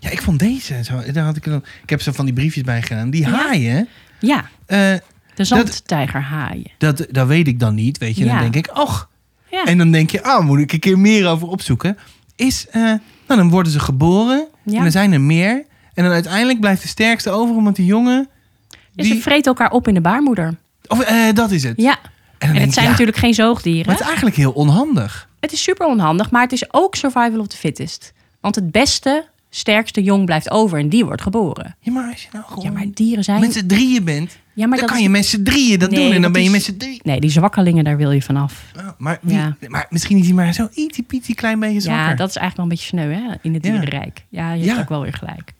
A: ja, ik vond deze. Zo, daar had ik, dan, ik heb ze van die briefjes bij gedaan. Die haaien.
B: Ja,
A: eh,
B: de zandtijgerhaaien.
A: dat, dat weet ik dan niet. Weet je,
B: Ja.
A: dan denk ik, och.
B: Ja.
A: En dan denk je, ah, moet ik een keer meer over opzoeken. Is, eh, nou, dan worden ze geboren.
B: Ja.
A: En er zijn er meer. En dan uiteindelijk blijft de sterkste over, omdat die jongen...
B: Ja,
A: die-
B: Ze vreten elkaar op in de baarmoeder.
A: of, eh, dat is het.
B: Ja,
A: dan
B: en
A: denk ik,
B: het zijn
A: ja,
B: natuurlijk geen zoogdieren.
A: Maar het is eigenlijk heel onhandig.
B: Het is super onhandig, maar het is ook survival of the fittest. Want het beste, sterkste jong blijft over en die wordt geboren.
A: Ja, maar als je nou gewoon
B: Ja, maar dieren zijn...
A: met z'n drieën bent...
B: ja,
A: dan
B: maar dat
A: kan
B: is-
A: je met z'n drieën dat
B: Nee,
A: doen. En dan
B: dat
A: ben je
B: is-
A: met z'n drieën...
B: Nee, die zwakkelingen, daar wil je vanaf.
A: Ah, maar, wie-
B: Ja.
A: maar misschien is hij maar zo ietsje pietje klein beetje zwakker.
B: Ja, dat is eigenlijk wel een beetje sneu hè, in het
A: Ja.
B: dierenrijk. Ja, je hebt
A: Ja.
B: ook wel weer gelijk.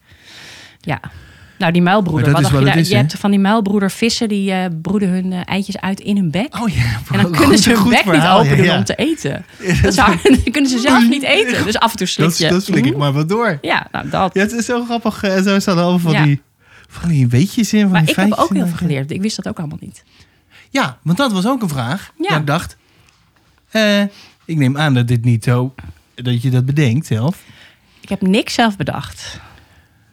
B: Ja. Nou, die
A: Maar
B: muilbroeder.
A: dat
B: Wat
A: is
B: dacht je,
A: wat het
B: daar?
A: is,
B: je
A: hè?
B: hebt van die muilbroeder vissen, die eh, broeden hun eh, eitjes uit in hun bek.
A: Oh ja,
B: En dan
A: goed-
B: kunnen ze hun
A: goed
B: bek niet
A: verhaal, ja,
B: open doen
A: ja.
B: om te eten. Dat zou- dan kunnen ze zelf niet eten. Dus af en toe slik
A: Dat,
B: je. Mhm.
A: dat slik ik maar wat door.
B: Ja, nou dat.
A: Ja, het is zo grappig. eh, Zo staan allemaal van,
B: Ja.
A: die, van die weetjes in. Van
B: Maar
A: die
B: ik heb
A: feitjes
B: ook
A: in.
B: heel veel geleerd. Ik wist dat ook allemaal niet.
A: Ja, want dat was ook een vraag.
B: Ja.
A: Dat ik dacht, eh, ik neem aan dat dit niet zo... Dat je dat bedenkt zelf.
B: Ik heb niks zelf bedacht.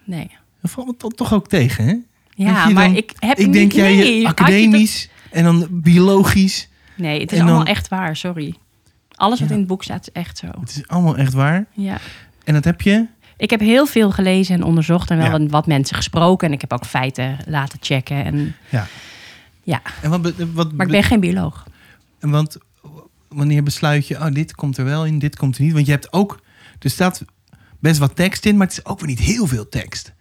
B: Nee.
A: Dat valt me to- toch ook tegen, hè? Weet
B: Ja,
A: je
B: maar
A: dan-
B: ik heb
A: ik
B: niet...
A: denk, jij
B: nee, had je dat-
A: academisch en dan biologisch.
B: Nee, het is
A: en dan-
B: allemaal echt waar, sorry. Alles wat
A: Ja.
B: in het boek staat is echt zo.
A: Het is allemaal echt waar.
B: Ja.
A: En dat heb je...
B: Ik heb heel veel gelezen en onderzocht en wel
A: Ja.
B: wat- wat mensen gesproken. En ik heb ook feiten laten checken. En,
A: Ja.
B: ja.
A: En wat, be- wat
B: Maar ik ben geen bioloog.
A: En Want wanneer besluit je, oh, dit komt er wel in, dit komt er niet? Want je hebt ook, er staat best wat tekst in, maar het is ook weer niet heel veel tekst.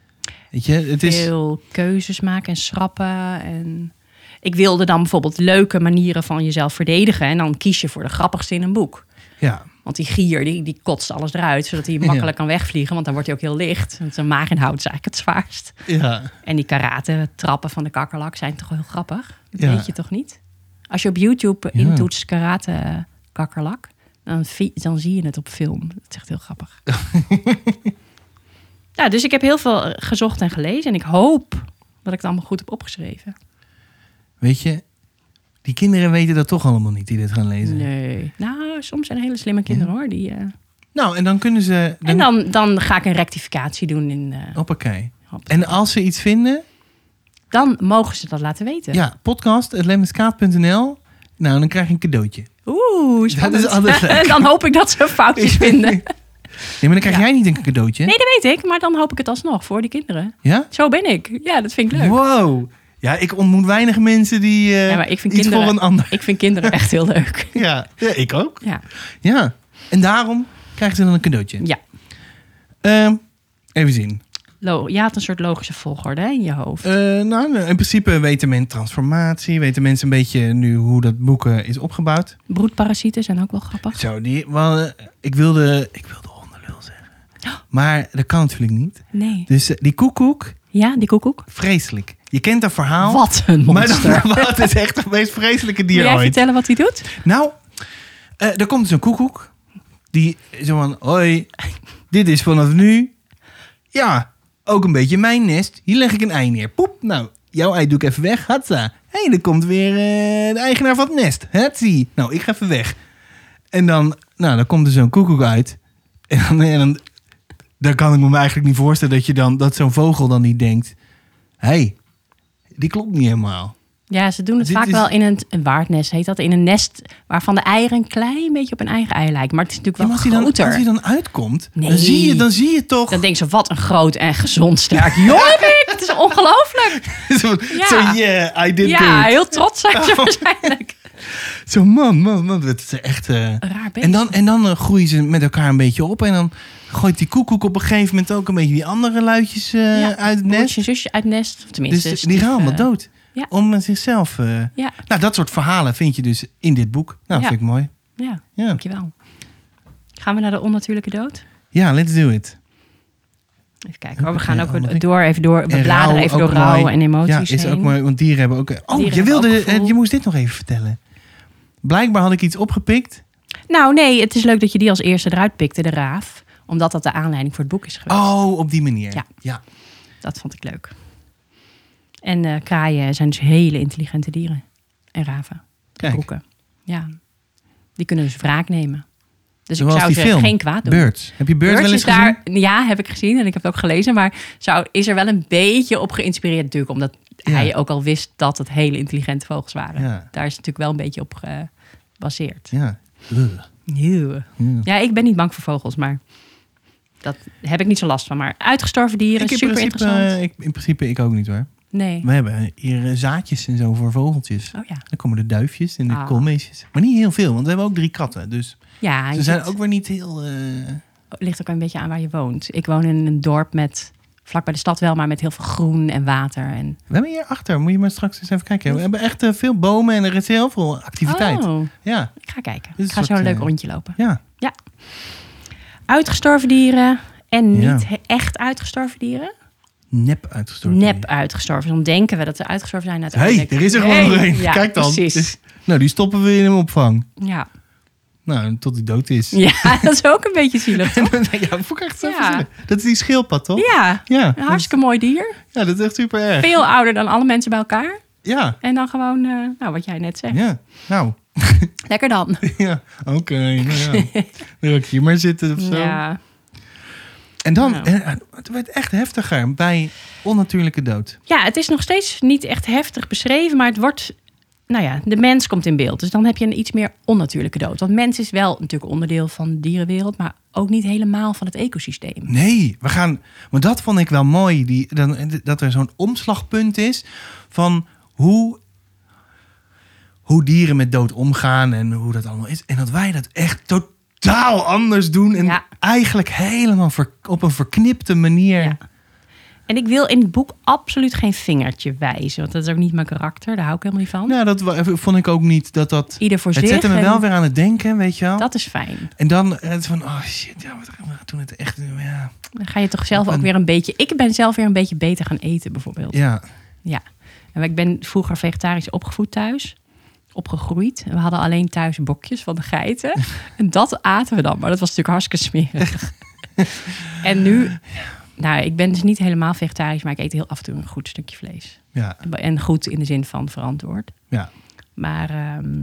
A: Weet je, het is.
B: Veel keuzes maken en schrappen. En ik wilde dan bijvoorbeeld leuke manieren van jezelf verdedigen. En dan kies je voor de grappigste in een boek.
A: Ja,
B: Want die gier, die, die kotst alles eruit, zodat hij makkelijk
A: Ja.
B: kan wegvliegen. Want dan wordt hij ook heel licht. Want zijn maaginhoud is eigenlijk het zwaarst.
A: ja,
B: En die karate trappen van de kakkerlak zijn toch wel heel grappig? Dat
A: Ja.
B: weet je toch niet? Als je op YouTube
A: Ja.
B: intoetst karate kakkerlak, dan, vi- dan zie je het op film. Dat is echt heel grappig. ja, dus ik heb heel veel eh, gezocht en gelezen. En ik hoop dat ik het allemaal goed heb opgeschreven.
A: weet je, die kinderen weten dat toch allemaal niet die dit gaan lezen.
B: Nee. Nou, soms zijn er hele slimme kinderen hoor. Die, eh,
A: Nou, en dan kunnen ze. Dan,
B: En dan, dan ga ik een rectificatie doen in... eh,
A: Hoppakee.
B: Hop.
A: En als ze iets vinden,
B: dan mogen ze dat laten weten.
A: ja, podcast lemmeskaat.nl. Nou, dan krijg je een cadeautje.
B: Oeh, spannend.
A: is altijd leuk.
B: dan hoop ik dat ze foutjes vinden.
A: Nee, maar dan krijg
B: Ja.
A: jij niet een cadeautje.
B: Nee, dat weet ik, maar dan hoop ik het alsnog voor die kinderen.
A: Ja?
B: Zo ben ik. Ja, dat vind ik leuk.
A: Wow. Ja, ik ontmoet weinig mensen die eh,
B: Ja, maar ik vind
A: iets
B: kinderen-
A: voor een ander.
B: Ik vind kinderen echt heel leuk.
A: Ja, ja, ik ook.
B: Ja,
A: Ja, en daarom krijgt ze dan een cadeautje.
B: ja.
A: Ehm, even zien.
B: Lo je had een soort logische volgorde hè, in je hoofd.
A: Eh, nou, in principe weten mensen transformatie, weten mensen een beetje nu hoe dat boek eh, is opgebouwd.
B: Broedparasieten zijn ook wel grappig.
A: Zo, die, wel, eh, ik wilde, ik wilde hondenlul zeggen. Maar dat kan natuurlijk niet.
B: Nee.
A: Dus eh, die koekoek,
B: Ja, die koekoek.
A: vreselijk. Je kent dat verhaal.
B: Wat een
A: Maar
B: monster.
A: dat, het is echt het meest vreselijke
B: Wil
A: dier
B: jij
A: ooit.
B: vertellen wat hij doet?
A: Nou, eh, er komt dus een koekoek. Die zo van, hoi, dit is vanaf nu... Ja, ook een beetje mijn nest. Hier leg ik een ei neer. Poep, nou, jouw ei doe ik even weg. Hatsa. Hé, hey, er komt weer eh, de eigenaar van het nest. Hatsie. Nou, ik ga even weg. En dan, nou, dan komt er zo'n koekoek uit. En dan, en dan, dan kan ik me eigenlijk niet voorstellen dat, je dan- dat zo'n vogel dan niet denkt... Hé, hey, die klopt niet helemaal.
B: Ja, ze doen het
A: Dit
B: vaak
A: is-
B: wel in een, een waardnest, heet dat. In een nest waarvan de eieren een klein beetje op een eigen ei lijken. Maar het is
A: Ja,
B: natuurlijk
A: maar
B: wel
A: als hij dan, als
B: groter.
A: hij dan uitkomt, dan,
B: Nee.
A: zie je, dan zie je toch...
B: Dan denken ze, wat een groot en gezond sterk jong heb ik. Het is ongelooflijk.
A: zo,
B: Ja.
A: zo, yeah, I did
B: Ja,
A: good.
B: heel trots zijn ze waarschijnlijk.
A: Zo, man, man, man. Dat is echt... eh,
B: Een raar beest.
A: En dan, en dan eh, groeien ze met elkaar een beetje op. En dan gooit die koekoek op een gegeven moment ook een beetje die andere luidjes eh,
B: Ja,
A: uit het
B: broertje
A: nest.
B: en zusje uit het nest. Of tenminste.
A: Dus die gaan allemaal dood.
B: eh, ja.
A: Om zichzelf... eh,
B: Ja,
A: Nou, dat soort verhalen vind je dus in dit boek. Nou,
B: Ja.
A: vind ik mooi.
B: ja,
A: Ja.
B: dankjewel. Gaan we naar de onnatuurlijke dood?
A: ja, let's do it.
B: Even kijken. Oh, we gaan
A: Ja,
B: ook
A: allemaal
B: weer door, even door. We
A: En
B: bladeren
A: rouw
B: even
A: ook
B: door rouw
A: mooi.
B: en emoties
A: Ja, is
B: heen.
A: ook mooi, want dieren hebben ook... Oh, je,
B: hebben
A: wilde,
B: ook gevoel.
A: eh, je moest dit nog even vertellen. Blijkbaar had ik iets opgepikt.
B: Nou nee, het is leuk dat je die als eerste eruit pikte, de raaf. Omdat dat de aanleiding voor het boek is geweest.
A: Oh, op die manier.
B: Ja.
A: ja.
B: Dat vond ik leuk. En eh, kraaien zijn dus hele intelligente dieren. En raven.
A: Kijk.
B: Broeken. Ja. Die kunnen dus wraak nemen. Dus
A: Zoals
B: ik zou
A: die
B: ze
A: film,
B: geen kwaad doen.
A: Birds. Heb je Birds,
B: Birds
A: wel eens
B: is
A: gezien?
B: Dus daar, ja, heb ik gezien en ik heb het ook gelezen. Maar zou, is er wel een beetje op geïnspireerd natuurlijk. Omdat
A: Ja.
B: hij ook al wist dat het hele intelligente vogels waren.
A: Ja.
B: Daar is het natuurlijk wel een beetje op gebaseerd.
A: Ja. Ugh.
B: Eeuw. Ja, ik ben niet bang voor vogels, maar dat heb ik niet zo last van. Maar uitgestorven dieren,
A: Ik in,
B: super
A: principe,
B: interessant.
A: eh, ik, in principe ik ook niet hoor.
B: nee.
A: We hebben hier eh, zaadjes en zo voor vogeltjes.
B: Oh ja.
A: Dan komen de duifjes en de
B: Ah.
A: koolmeesjes. Maar niet heel veel, want we hebben ook drie katten. Dus
B: Ja,
A: ze
B: je
A: zijn
B: zit-
A: ook weer niet heel... eh,
B: ligt ook een beetje aan waar je woont. Ik woon in een dorp met, vlak bij de stad wel, maar met heel veel groen en water. En...
A: We hebben hier achter, moet je maar straks eens even kijken. We hebben echt eh, veel bomen en er is heel veel activiteit.
B: Oh,
A: Ja,
B: ik ga kijken.
A: is
B: Ik ga
A: een
B: zo een
A: soort,
B: leuk
A: eh,
B: rondje lopen.
A: ja.
B: Uitgestorven dieren en niet
A: Ja.
B: he- echt uitgestorven dieren.
A: Nep uitgestorven.
B: Nep uitgestorven. Dus Dan denken we dat ze uitgestorven zijn.
A: Hé,
B: uiteindelijk-
A: hey, er is er gewoon
B: Hey,
A: nog een.
B: ja,
A: Kijk dan.
B: Precies.
A: Dus- nou, die stoppen we in een opvang.
B: Ja.
A: Nou, tot hij dood is.
B: ja, dat is ook een beetje zielig.
A: En dan denk ik, ja, dat vond ik echt zo
B: Ja.
A: verzinnen. Dat is die schildpad, toch?
B: Ja,
A: Ja,
B: een hartstikke mooi dier.
A: ja dat is echt super erg.
B: Veel ouder dan alle mensen bij elkaar.
A: Ja,
B: En dan gewoon, eh, nou, wat jij net zegt.
A: ja. Nou,
B: Lekker dan.
A: ja. Oké, nou ja. Dan wil ik hier maar zitten of zo.
B: Ja.
A: En dan,
B: Nou.
A: eh, het werd echt heftiger bij onnatuurlijke dood.
B: ja, het is nog steeds niet echt heftig beschreven, maar het wordt... Nou ja, de mens komt in beeld. Dus dan heb je een iets meer onnatuurlijke dood. Want mens is wel natuurlijk onderdeel van de dierenwereld, maar ook niet helemaal van het ecosysteem.
A: Nee, we gaan. Maar dat vond ik wel mooi. Die, dan, dat er zo'n omslagpunt is van hoe, hoe dieren met dood omgaan en hoe dat allemaal is. En dat wij dat echt totaal anders doen. En
B: Ja.
A: eigenlijk helemaal ver- op een verknipte manier.
B: Ja. En ik wil in het boek absoluut geen vingertje wijzen, want dat is ook niet mijn karakter. Daar hou ik helemaal niet van.
A: Nou, dat wa- vond ik ook niet dat dat.
B: Ieder voor
A: Het
B: zich.
A: zette me
B: en
A: wel weer aan het denken, weet je wel.
B: Dat is fijn.
A: En dan eh, het van, oh shit, ja, wat gaan we toen het echt. Ja.
B: Dan ga je toch zelf
A: Op
B: ook
A: een-
B: weer een beetje... Ik ben zelf weer een beetje beter gaan eten, bijvoorbeeld.
A: ja.
B: Ja, en ik ben vroeger vegetarisch opgevoed thuis. Opgegroeid. En We hadden alleen thuis bokjes van de geiten. En dat aten we dan. Maar dat was natuurlijk hartstikke smerig. en nu, nou, ik ben dus niet helemaal vegetarisch, maar ik eet heel af en toe een goed stukje vlees.
A: Ja,
B: En goed in de zin van verantwoord.
A: ja.
B: Maar, ehm,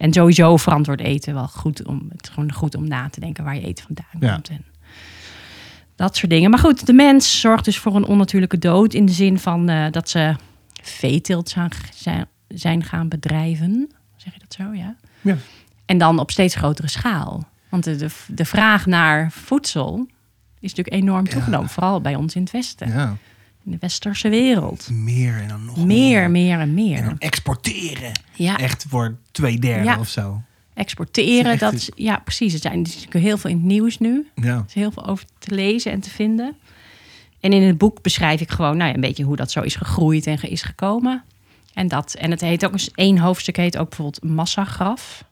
B: en sowieso verantwoord eten wel goed om, het is gewoon goed om na te denken waar je eten vandaan
A: Ja.
B: komt. En dat soort dingen. Maar goed, de mens zorgt dus voor een onnatuurlijke dood in de zin van eh, dat ze veeteelt zijn, zijn, zijn gaan bedrijven. Zeg je dat zo, ja?
A: Ja.
B: En dan op steeds grotere schaal. Want de, de, de vraag naar voedsel is natuurlijk enorm toegenomen. Vooral bij ons in het Westen,
A: ja.
B: in de westerse wereld.
A: Meer en dan nog
B: Meer, meer en meer.
A: En dan exporteren.
B: ja.
A: Echt voor twee derde
B: Ja.
A: of zo.
B: exporteren.
A: Het is echt
B: dat is, ja, precies. Er zijn natuurlijk heel veel in het nieuws nu. Er
A: Ja.
B: is heel veel over te lezen en te vinden. En in het boek beschrijf ik gewoon nou ja, een beetje hoe dat zo is gegroeid en ge- is gekomen. En, dat, en het heet ook eens, één hoofdstuk heet ook bijvoorbeeld massagraf.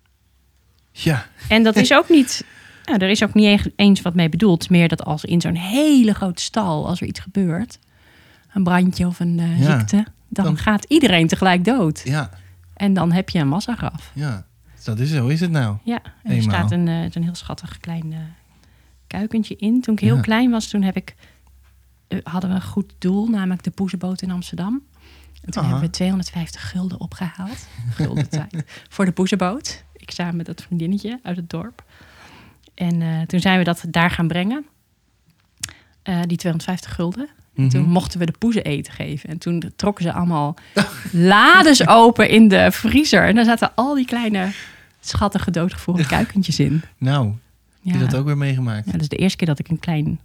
A: Ja.
B: En dat is ook niet, nou, er is ook niet e- eens wat mee bedoeld. Het is Meer dat als in zo'n hele grote stal, als er iets gebeurt, een brandje of een eh,
A: Ja,
B: ziekte, dan,
A: dan-
B: gaat iedereen tegelijk dood.
A: Ja.
B: En dan heb je een massagraf.
A: Ja. Dat is zo. Is het nou?
B: Ja, en er
A: Eenmaal.
B: staat een, eh, zo'n heel schattig klein eh, kuikentje in. Toen ik heel
A: Ja.
B: klein was, toen heb ik, eh, hadden we een goed doel, namelijk de poezenboot in Amsterdam. En toen
A: Aha.
B: hebben we 250 gulden opgehaald, gulden tijd, voor de poezenboot. Ik samen met dat vriendinnetje uit het dorp. En eh, toen zijn we dat daar gaan brengen, eh, die 250 gulden. En
A: Mhm.
B: Toen mochten we de poezen eten geven. En toen trokken ze allemaal lades open in de vriezer. En daar zaten al die kleine schattige doodgevroren kuikentjes in.
A: Nou,
B: Ja.
A: heb je dat ook weer meegemaakt?
B: Ja, dat is de eerste keer dat ik een klein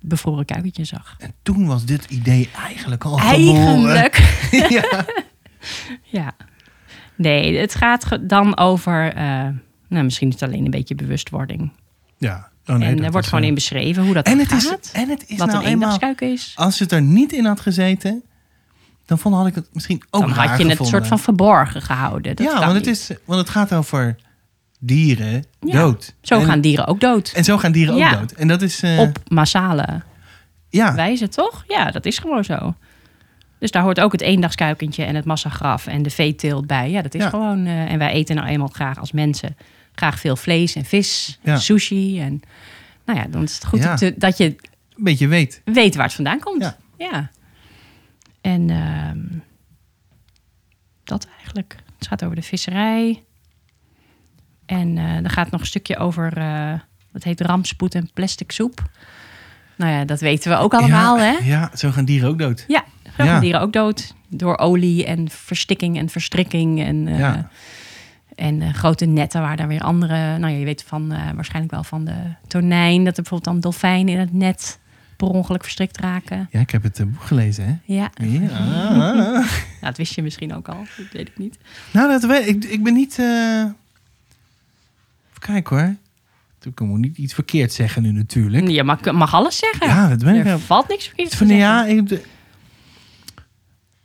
B: bevroren kuikentje zag.
A: En toen was dit idee eigenlijk al geboren.
B: Eigenlijk.
A: ja.
B: Ja. Nee, het gaat ge- dan over eh, nou, misschien is het alleen een beetje bewustwording.
A: Ja. Oh, nee,
B: en
A: dat
B: er wordt
A: is,
B: gewoon
A: eh,
B: in beschreven hoe dat
A: En het
B: gaat.
A: is, en het is
B: wat
A: nou
B: een
A: eenmaal...
B: eendagskuik is.
A: Als het er niet in had gezeten, dan vond, had ik het misschien ook
B: Dan had
A: raar
B: je het
A: gevonden.
B: soort van verborgen gehouden. Dat
A: ja,
B: kan
A: want het,
B: niet.
A: is, want het gaat over dieren
B: Ja,
A: dood.
B: Zo
A: en,
B: gaan dieren ook dood.
A: En zo gaan dieren
B: Ja.
A: ook dood. En dat is... eh,
B: Op massale
A: ja.
B: wijze, toch? Ja, dat is gewoon zo. Dus daar hoort ook het eendagskuikentje en het massagraf en de veeteelt bij. Ja, dat is
A: Ja.
B: gewoon... eh, en wij eten nou eenmaal graag als mensen graag veel vlees en vis,
A: Ja.
B: en sushi. En, nou ja, dan is het goed
A: Ja.
B: om te- dat je
A: Een beetje weet.
B: weet waar het vandaan komt.
A: Ja.
B: Ja. En ehm, dat eigenlijk. Het gaat over de visserij. En eh er gaat nog een stukje over, eh dat heet rampspoed en plastic soep. Nou ja, dat weten we ook allemaal,
A: ja,
B: hè?
A: Ja, zo gaan dieren ook dood.
B: Ja, graag
A: Ja.
B: dieren ook dood. Door olie en verstikking en verstrikking. En, eh,
A: Ja.
B: en eh, grote netten waar daar weer andere... Nou ja, je weet van, eh, waarschijnlijk wel van de tonijn... dat er bijvoorbeeld dan dolfijnen in het net per ongeluk verstrikt raken.
A: Ja, ik heb het eh, boek gelezen, hè?
B: Ja,
A: Ja.
B: nou, dat wist je misschien ook al. Dat weet ik niet.
A: nou, dat weet ik. Ik ben niet... eh, Even kijken hoor. Ik moet niet iets verkeerd zeggen nu natuurlijk.
B: Je mag, mag alles zeggen.
A: Ja, dat ben ik.
B: er valt niks verkeerd te
A: Van,
B: zeggen.
A: ja, ik, heb de-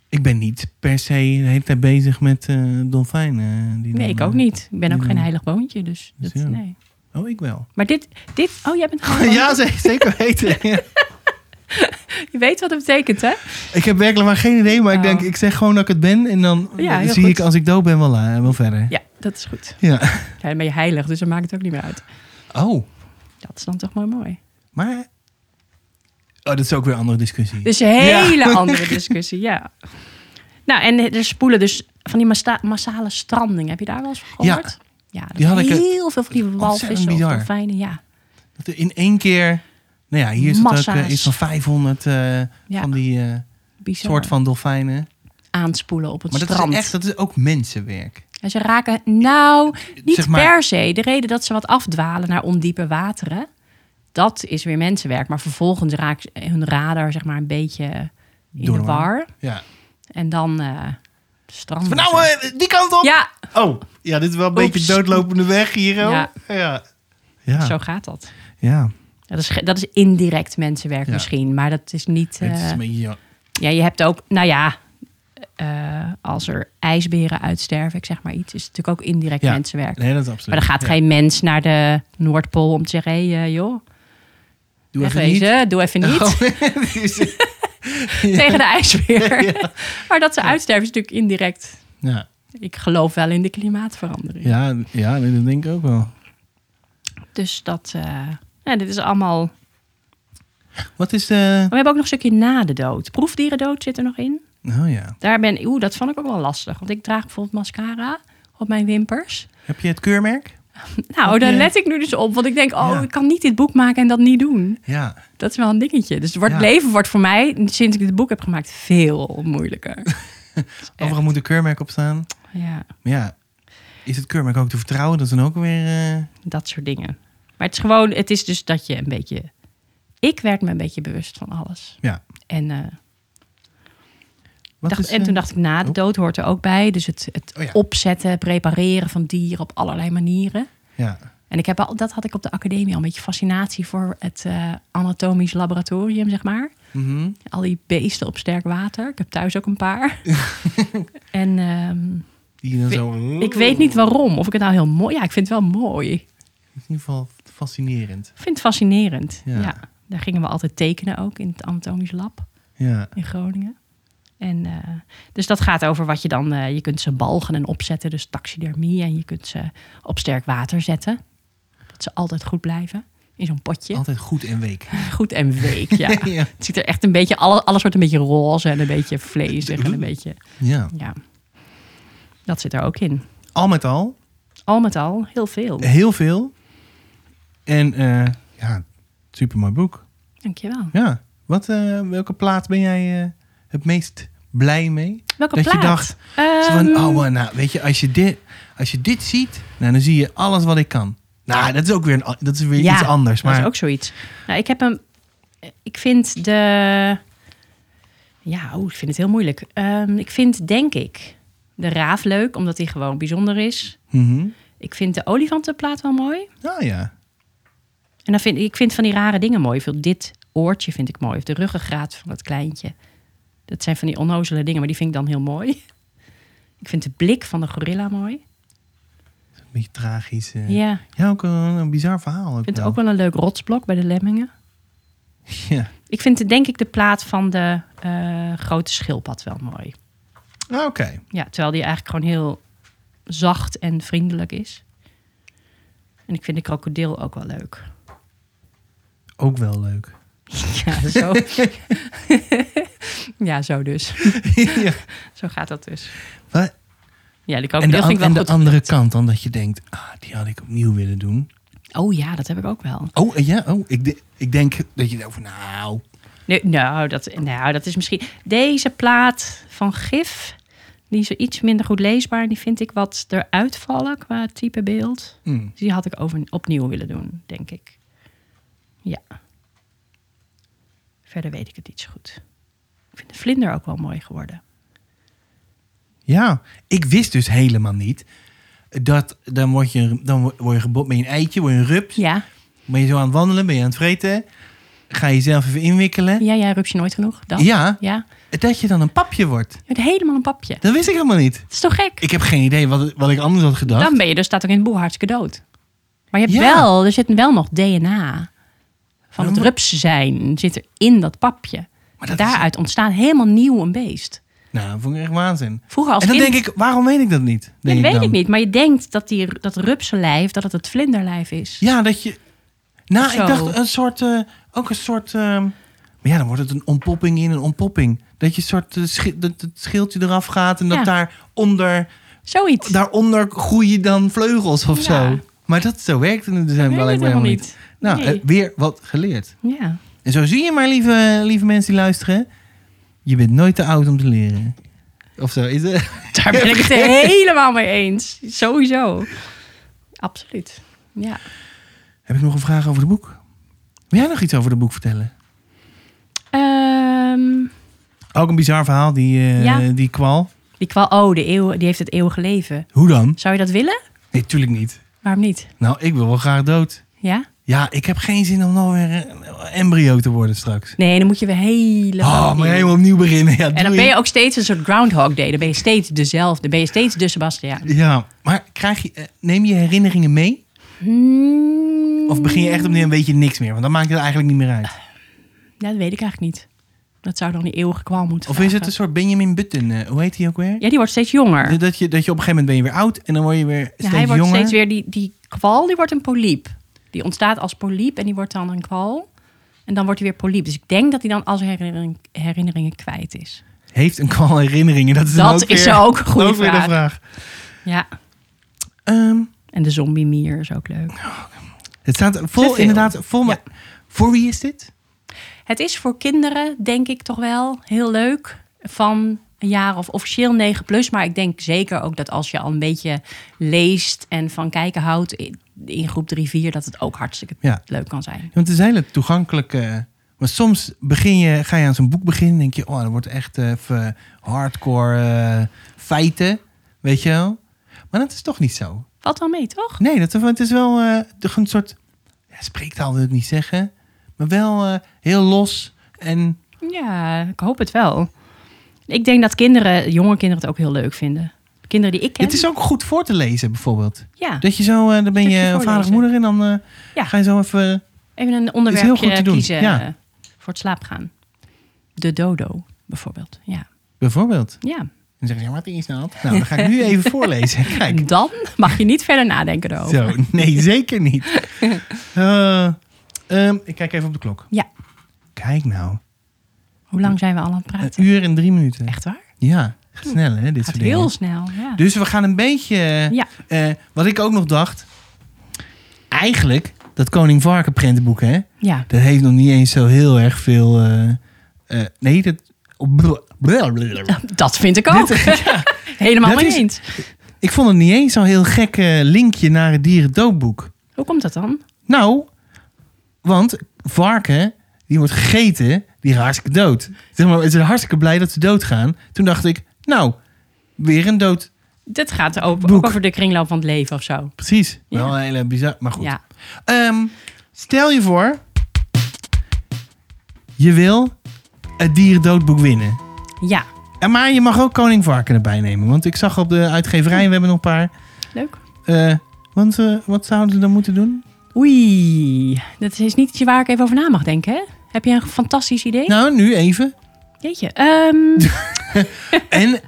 A: ik ben niet per se de hele tijd bezig met eh dolfijnen. die
B: Nee,
A: dan,
B: ik
A: eh,
B: ook niet. Ik ben ook
A: Ja.
B: geen heilig boontje, dus...
A: Dus
B: Dat,
A: ja.
B: nee.
A: Oh, ik wel.
B: Maar dit, dit... Oh, jij bent... gewoon-
A: ja, ze- zeker weten. Ja.
B: Je weet wat het betekent, hè?
A: Ik heb werkelijk maar geen idee, maar ik
B: Oh.
A: denk, ik zeg gewoon dat ik het ben. En dan
B: Ja, heel
A: zie
B: goed.
A: ik als ik dood ben wel, eh, wel verder.
B: Ja, dat is goed.
A: Ja.
B: Ja, dan ben je heilig, dus dan maakt het ook niet meer uit.
A: Oh,
B: Dat is dan toch maar mooi.
A: maar... Oh, dat is ook weer een andere discussie.
B: Dus een hele andere discussie, ja. Nou, en er spoelen dus van die massa- massale stranding. Heb je daar wel eens van
A: Ja.
B: gehoord? Ja, dat
A: Die had ik, eh,
B: heel veel van die walvissen of
A: bizar.
B: dolfijnen. Ja,
A: Dat er in één keer... Nou ja, hier zit ook eh,
B: Massa's.
A: iets van 500 eh,
B: Ja.
A: van die eh,
B: bizar.
A: soort van dolfijnen.
B: Aanspoelen op het
A: Maar dat
B: strand.
A: is echt, dat is ook mensenwerk.
B: En ze raken, nou, niet
A: Zeg maar-
B: per se. De reden dat ze wat afdwalen naar ondiepe wateren, dat is weer mensenwerk. Maar vervolgens raakt hun radar zeg maar een beetje in
A: Door
B: de
A: de war.
B: war.
A: Ja.
B: En dan eh stranden
A: Van nou,
B: ze.
A: eh, die kant op!
B: Ja,
A: Oh, ja, dit is wel een
B: Oeps.
A: beetje doodlopende weg hier. hoor.
B: Ja.
A: Ja. Ja.
B: zo gaat dat.
A: ja.
B: Dat is, ge- dat is indirect mensenwerk
A: Ja.
B: misschien, maar dat is niet.
A: Het
B: eh,
A: is een beetje... ja.
B: ja, je hebt ook, nou ja, eh, als er ijsberen uitsterven, ik zeg maar iets, is het natuurlijk ook indirect
A: Ja.
B: mensenwerk.
A: Nee, dat is absoluut.
B: Maar er gaat
A: Ja.
B: geen mens naar de Noordpool om te zeggen: hé, eh, joh,
A: Doe
B: weg
A: even niet.
B: wezen, doe even niet
A: Oh, het is-
B: tegen de ijsbeer. maar dat ze uitsterven is natuurlijk indirect.
A: ja.
B: Ik geloof wel in de klimaatverandering.
A: Ja, ja, nee, dat denk ik ook wel.
B: Dus dat, eh, ja, dit is allemaal.
A: Wat is de...
B: We hebben ook nog een stukje na de dood. Proefdierendood zit er nog in.
A: Oh ja.
B: Daar ben oeh, dat vond ik ook wel lastig. Want ik draag bijvoorbeeld mascara op mijn wimpers.
A: Heb je het keurmerk?
B: Nou,
A: Oké.
B: daar let ik nu dus op. Want ik denk, oh,
A: Ja.
B: ik kan niet dit boek maken en dat niet doen.
A: Ja.
B: Dat is wel een dingetje. Dus het wordt,
A: Ja.
B: leven wordt voor mij, sinds ik dit boek heb gemaakt, veel moeilijker.
A: Overal moet een keurmerk op staan.
B: ja,
A: Maar ja, is het keurmerk ook te vertrouwen? Dat is dan ook weer... eh,
B: dat soort dingen. Maar het is gewoon, het is dus dat je een beetje... Ik werd me een beetje bewust van alles.
A: Ja.
B: En, eh,
A: Wat
B: dacht-
A: is,
B: en
A: eh,
B: toen dacht ik, na de
A: oh.
B: dood hoort er ook bij. Dus het, het
A: Oh ja.
B: opzetten, prepareren van dieren op allerlei manieren.
A: Ja.
B: En ik heb al, dat had ik op de academie al een beetje fascinatie voor het eh, anatomisch laboratorium, zeg maar.
A: Mhm.
B: Al die beesten op sterk water. Ik heb thuis ook een paar. en ehm,
A: Die dan
B: We-
A: zo... eh,
B: ik weet niet waarom. Of ik het nou heel mooi... Ja, ik vind het wel mooi.
A: In ieder geval fascinerend.
B: Ik vind het fascinerend.
A: Ja.
B: Ja. daar gingen we altijd tekenen ook in het anatomisch lab
A: Ja.
B: in Groningen. En, eh, dus dat gaat over wat je dan... eh, je kunt ze balgen en opzetten, dus taxidermie. En je kunt ze op sterk water zetten. Dat ze altijd goed blijven. In zo'n potje.
A: Altijd goed en week.
B: Goed en week, ja.
A: Ja.
B: Het ziet er echt een beetje, alle- alles wordt een beetje roze en een beetje vleesig en een beetje,
A: ja.
B: ja. Dat zit er ook in.
A: Al met al,
B: Al met al, heel veel.
A: heel veel. En eh, ja, super mooi boek.
B: Dankjewel.
A: Ja. Wat, eh, welke plaat ben jij eh, het meest blij mee?
B: Welke
A: dat
B: plaat?
A: je dacht, zo
B: Ehm,
A: van, oh, eh, nou, weet je, als je, dit, als je dit ziet, nou, dan zie je alles wat ik kan. Nou, dat is ook weer, een, a- dat is weer
B: ja,
A: iets anders. Maar
B: dat is ook zoiets. Nou, ik heb hem, ik vind oh, de, ja, oeh, ik vind het heel moeilijk. Ehm, ik vind, denk ik, de raaf leuk, omdat die gewoon bijzonder is.
A: Mhm.
B: Ik vind de olifantenplaat wel mooi.
A: Ah ja.
B: En dan vind, ik vind van die rare dingen mooi. Ik vind Dit oortje vind ik mooi. Of de ruggengraat van dat kleintje. Dat zijn van die onnozele dingen, maar die vind ik dan heel mooi. Ik vind de blik van de gorilla mooi.
A: Een beetje tragisch. eh.
B: Ja, ik
A: Ja, ook een, een bizar verhaal. Ook
B: vind het
A: wel.
B: ook wel een leuk rotsblok bij de lemmingen.
A: Ja.
B: Ik vind denk ik de plaat van de eh, grote schildpad wel mooi.
A: Ah, Oké.
B: Ja, terwijl die eigenlijk gewoon heel zacht en vriendelijk is. En ik vind de krokodil ook wel leuk.
A: Ook wel leuk.
B: Ja, zo. ja, zo dus.
A: ja.
B: Zo gaat dat dus.
A: Wat?
B: Ja, de
A: En de,
B: krokodil
A: an-
B: vind ik wel
A: en de
B: goed.
A: andere kant dan dat je denkt, ah, die had ik opnieuw willen doen.
B: Oh ja, dat heb ik ook wel.
A: Oh, eh, ja? Oh, ik, de- ik denk dat je denkt van, nou...
B: Nee, nou, dat, nou, dat is misschien... Deze plaat van Gif, die is iets minder goed leesbaar. Die vind ik wat eruit vallen qua type beeld.
A: hmm.
B: Dus die had ik over, opnieuw willen doen, denk ik. Ja. Verder weet ik het niet zo goed. Ik vind de vlinder ook wel mooi geworden.
A: Ja, ik wist dus helemaal niet dat dan word je, dan wo- word je geboren met een eitje, word je een rups.
B: Ja,
A: Ben je zo aan het wandelen, ben je aan het vreten. Ga je jezelf even inwikkelen.
B: ja, ja, rupsje nooit genoeg. Dat.
A: Ja,
B: ja.
A: dat je dan een papje wordt.
B: Het helemaal een papje.
A: Dat wist ik helemaal niet.
B: Dat is toch gek?
A: Ik heb geen idee wat, wat ik anders had gedacht.
B: Dan ben je dus staat ook in het boel hartstikke dood. Maar je hebt
A: Ja.
B: wel, er zit wel nog DNA van
A: Ja,
B: het
A: maar-
B: rups zijn zit er in dat papje.
A: Maar dat
B: Daaruit ontstaat helemaal nieuw een beest.
A: Nou, dat vond ik echt waanzin.
B: Vroeger als
A: en dan
B: kind,
A: denk ik, waarom weet ik dat niet? Denk
B: dat weet
A: dan.
B: ik niet, maar je denkt dat die, dat rupsenlijf dat het het vlinderlijf is.
A: Ja, dat je... Nou,
B: Of zo.
A: ik dacht een soort... eh, ook een soort... ehm, maar ja, dan wordt het een ontpopping in een ontpopping. Dat je een soort eh, schi- dat het schildje eraf gaat en
B: Ja.
A: dat daaronder,
B: Zoiets.
A: daaronder groeien dan vleugels of
B: Ja.
A: zo. Maar dat zo werkt het dus
B: weet
A: helemaal
B: het
A: helemaal
B: helemaal
A: niet.
B: niet.
A: Nou,
B: Nee.
A: eh, weer wat geleerd.
B: Ja.
A: En zo zie je maar, lieve, lieve mensen die luisteren. Je bent nooit te oud om te leren. Of zo is het.
B: Daar ben ik het helemaal mee eens. Sowieso. Absoluut. Ja.
A: Heb ik nog een vraag over het boek? Wil jij nog iets over het boek vertellen?
B: Ehm,
A: Ook een bizar verhaal, die, eh,
B: Ja.
A: die kwal.
B: die kwal, oh, de eeuw, die heeft het eeuwige leven.
A: Hoe dan?
B: Zou je dat willen?
A: Nee, tuurlijk niet.
B: Waarom niet?
A: Nou, ik wil wel graag dood.
B: Ja?
A: Ja, ik heb geen zin om nog weer een embryo te worden straks.
B: Nee, dan moet je weer helemaal.
A: Oh,
B: opnieuw.
A: maar helemaal opnieuw beginnen. Ja,
B: En dan
A: doei.
B: ben je ook steeds een soort Groundhog Day. Dan ben je steeds dezelfde. Dan ben je steeds de Sebastiaan.
A: Ja, maar krijg je, eh, neem je herinneringen mee?
B: Hmm,
A: Of begin je echt opnieuw en weet je niks meer? Want dan maakt het eigenlijk niet meer uit.
B: ja, dat weet ik eigenlijk niet. Dat zou dan die eeuwige kwal moeten
A: Of is het een
B: vragen.
A: soort Benjamin Button? eh, hoe heet hij ook weer?
B: Ja, die wordt steeds jonger.
A: Dat je, dat je op een gegeven moment ben je weer oud en dan word je weer
B: Ja,
A: steeds
B: hij wordt
A: jonger.
B: steeds weer... Die, die kwal, die wordt een polyp. Die ontstaat als polyp en die wordt dan een kwal. En dan wordt hij weer polyp. Dus ik denk dat hij dan als herinnering, herinneringen kwijt is.
A: Heeft een kwal herinneringen. Dat is, dan
B: Dat
A: ook
B: is
A: weer,
B: ook een goede
A: ook weer
B: vraag.
A: de vraag.
B: Ja.
A: Ehm,
B: En de zombie mier is ook leuk.
A: het staat
B: Te
A: vol,
B: veel.
A: inderdaad, vol.
B: Ja.
A: maar- Voor wie is dit?
B: Het is voor kinderen, denk ik toch wel, heel leuk. Van een jaar of officieel 9 plus. Maar ik denk zeker ook dat als je al een beetje leest en van kijken houdt in, in groep 3, 4, dat het ook hartstikke
A: Ja.
B: leuk kan zijn.
A: Want het is hele toegankelijk. eh, maar soms begin je, ga je aan zo'n boek beginnen en denk je, oh, dat wordt echt eh, even hardcore eh, feiten, weet je wel? Maar dat is toch niet zo.
B: Valt wel mee, toch?
A: Nee, dat, het is wel eh, toch een soort ja, spreektaal wil ik niet zeggen, maar wel eh, heel los en
B: Ja, ik hoop het wel. Ik denk dat kinderen, jonge kinderen, het ook heel leuk vinden. Kinderen die ik ken.
A: het is ook goed voor te lezen bijvoorbeeld.
B: Ja,
A: Dat je zo, eh, dan ben
B: Stukje
A: je
B: voorlezen.
A: vader of moeder en dan eh,
B: Ja.
A: ga je zo even...
B: even een
A: heel goed
B: onderwerpje
A: te doen,
B: kiezen
A: ja.
B: eh, voor het slaap gaan. De dodo, bijvoorbeeld. Ja,
A: Bijvoorbeeld.
B: ja.
A: En dan zeg je, ja, wat is dat? Nou, dan ga ik nu even voorlezen. Kijk.
B: En dan mag je niet verder nadenken erover.
A: Zo, nee, zeker niet. Eh, ehm, ik kijk even op de klok.
B: Ja.
A: Kijk nou.
B: Hoe lang zijn we al aan het
A: Een
B: praten?
A: uur en drie minuten.
B: Echt waar?
A: Ja, snel hè, dit
B: Gaat
A: soort dingen.
B: heel snel. Ja.
A: Dus we gaan een beetje... eh,
B: Ja.
A: eh, wat ik ook nog dacht. Eigenlijk, dat Koning Varken prentenboek hè.
B: ja.
A: Dat heeft nog niet eens zo heel erg veel... eh, eh, nee, dat... blablabla.
B: Dat vind ik ook.
A: Dit-
B: Helemaal
A: dat
B: mee
A: is-
B: eens.
A: Ik vond het niet eens zo'n heel gek eh, linkje naar het dierendoopboek.
B: Hoe komt dat dan?
A: Nou, want varken, die wordt gegeten, die gaan hartstikke dood. Zeg maar, ze zijn hartstikke blij dat ze doodgaan. Toen dacht ik, nou, weer een dood.
B: Dit gaat ook, ook
A: Boek.
B: over de kringloop van het leven of zo.
A: Precies.
B: Ja.
A: Wel een hele bizar, maar goed.
B: Ja.
A: Ehm, stel je voor, je wil het dierendoodboek winnen.
B: ja,
A: En maar je mag ook koning varken erbij nemen. Want ik zag op de uitgeverij, we hebben nog een paar.
B: leuk.
A: eh, want eh, wat zouden ze dan moeten doen?
B: Oei, dat is niet iets waar ik even over na mag denken. Hè? Heb je een fantastisch idee?
A: Nou, nu even.
B: Jeetje. ehm,
A: En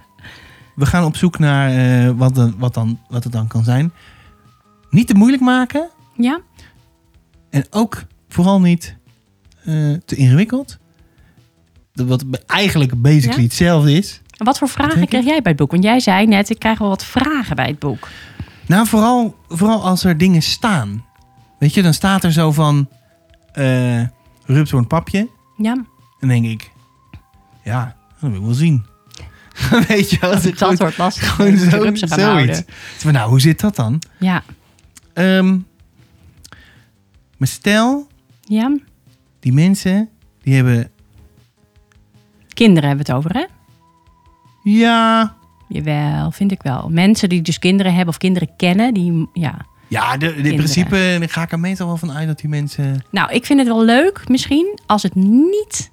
A: we gaan op zoek naar eh, wat, dan, wat, dan, wat het dan kan zijn. Niet te moeilijk maken.
B: ja,
A: En ook vooral niet eh, te ingewikkeld. Dat Wat eigenlijk basically
B: Ja.
A: hetzelfde is.
B: En wat voor vragen
A: denk
B: kreeg jij bij het boek? Want jij zei net, ik krijg wel wat vragen bij het boek.
A: Nou, vooral, vooral als er dingen staan. Weet je, dan staat er zo van... eh rupt door een papje.
B: Ja,
A: En denk ik... Ja, dat wil ik wel zien. Weet je, als ik
B: dat
A: gewoon,
B: wordt lastig.
A: gewoon
B: Ik moet de
A: zo,
B: rupsen gaan
A: zoiets.
B: houden.
A: Maar nou, hoe zit dat dan?
B: Ja,
A: Ehm, maar stel,
B: ja.
A: die mensen... Die hebben...
B: Kinderen hebben we het over, hè?
A: Ja...
B: Jawel, vind ik wel. Mensen die dus kinderen hebben of kinderen kennen, die... Ja.
A: Ja, de, in principe daar ga ik er meestal wel van uit dat die mensen...
B: Nou, ik vind het wel leuk misschien als het niet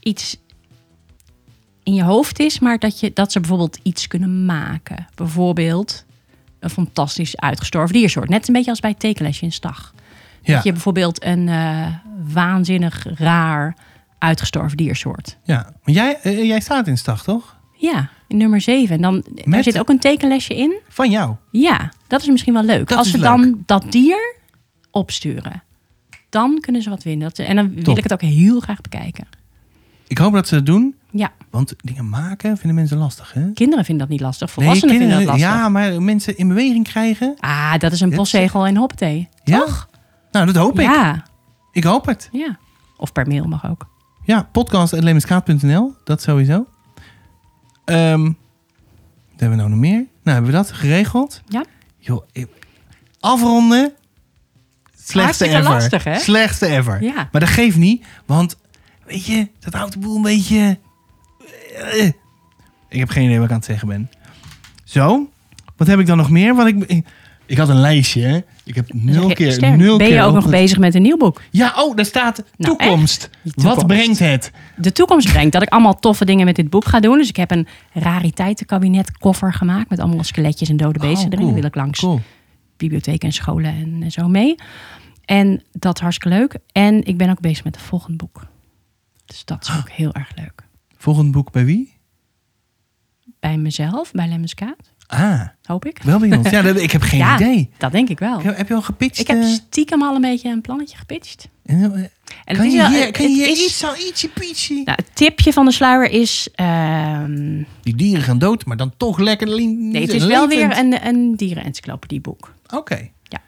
B: iets in je hoofd is, maar dat, je, dat ze bijvoorbeeld iets kunnen maken. Bijvoorbeeld een fantastisch uitgestorven diersoort. Net een beetje als bij het tekenlesje in Stag.
A: Ja,
B: Dat je bijvoorbeeld een eh, waanzinnig raar uitgestorven diersoort.
A: ja. Maar jij, eh, jij staat in stag, toch?
B: Ja, in nummer 7. En dan daar
A: Met-
B: zit ook een tekenlesje in.
A: Van jou.
B: Ja, dat is misschien wel leuk.
A: Dat
B: Als
A: is
B: ze
A: leuk.
B: dan dat dier opsturen, dan kunnen ze wat winnen. Dat, en dan wil
A: Top.
B: ik het ook heel graag bekijken.
A: Ik hoop dat ze dat doen.
B: Ja,
A: Want dingen maken vinden mensen lastig, hè?
B: kinderen vinden dat niet lastig. Volwassenen
A: kinderen-
B: vinden dat lastig.
A: Ja, maar mensen in beweging krijgen.
B: Ah, dat is een
A: Dit-
B: postzegel en hoppatee.
A: Ja?
B: Toch?
A: Nou, dat hoop ik.
B: Ja,
A: Ik hoop het.
B: ja. Of per mail mag ook.
A: Ja, podcast.lemenskaat.nl. Dat sowieso. Ehm, wat hebben we nou nog meer? Nou, hebben we dat geregeld?
B: Ja.
A: Joh, ik- afronden. Slechtste
B: Hartstikke
A: ever.
B: lastig, hè?
A: Slechtste ever.
B: Ja.
A: Maar dat geeft niet, want weet je, dat houdt de boel een beetje... eh, Ik heb geen idee wat ik aan het zeggen ben. Zo, wat heb ik dan nog meer? Wat ik, ik, ik had een lijstje, hè? Ik heb nul keer...
B: Ster,
A: nul
B: ben je
A: keer
B: ook nog
A: op-
B: bezig met een nieuw boek?
A: Ja, oh, daar staat
B: Nou,
A: toekomst.
B: toekomst.
A: Wat brengt het?
B: de toekomst brengt. Dat ik allemaal toffe dingen met dit boek ga doen. Dus ik heb een rariteitenkabinet koffer gemaakt met allemaal skeletjes en dode beesten
A: Oh,
B: erin.
A: cool.
B: Wil ik langs
A: Cool.
B: bibliotheken en scholen en, en zo mee. En dat is hartstikke leuk. En ik ben ook bezig met het volgende boek. Dus dat is ook heel erg leuk.
A: Volgend boek bij wie?
B: Bij mezelf, bij Lemmenskaat,
A: Ah,
B: hoop ik.
A: wel bij ons. Ja, dat, ik heb geen
B: ja,
A: idee.
B: dat denk ik wel.
A: Heb, heb je al gepitcht?
B: Ik heb
A: eh,
B: stiekem al een beetje een plannetje gepitcht.
A: eh,
B: En
A: kan
B: het is
A: je
B: wel-
A: hier,
B: het-
A: kan je
B: het
A: hier
B: is-
A: iets zo ietsje pietje?
B: nou, het tipje van de sluier is... ehm,
A: Die dieren gaan dood, maar dan toch lekker lien.
B: nee, het is wel weer een, een dierenencyclopedie boek.
A: Oké.
B: Ja.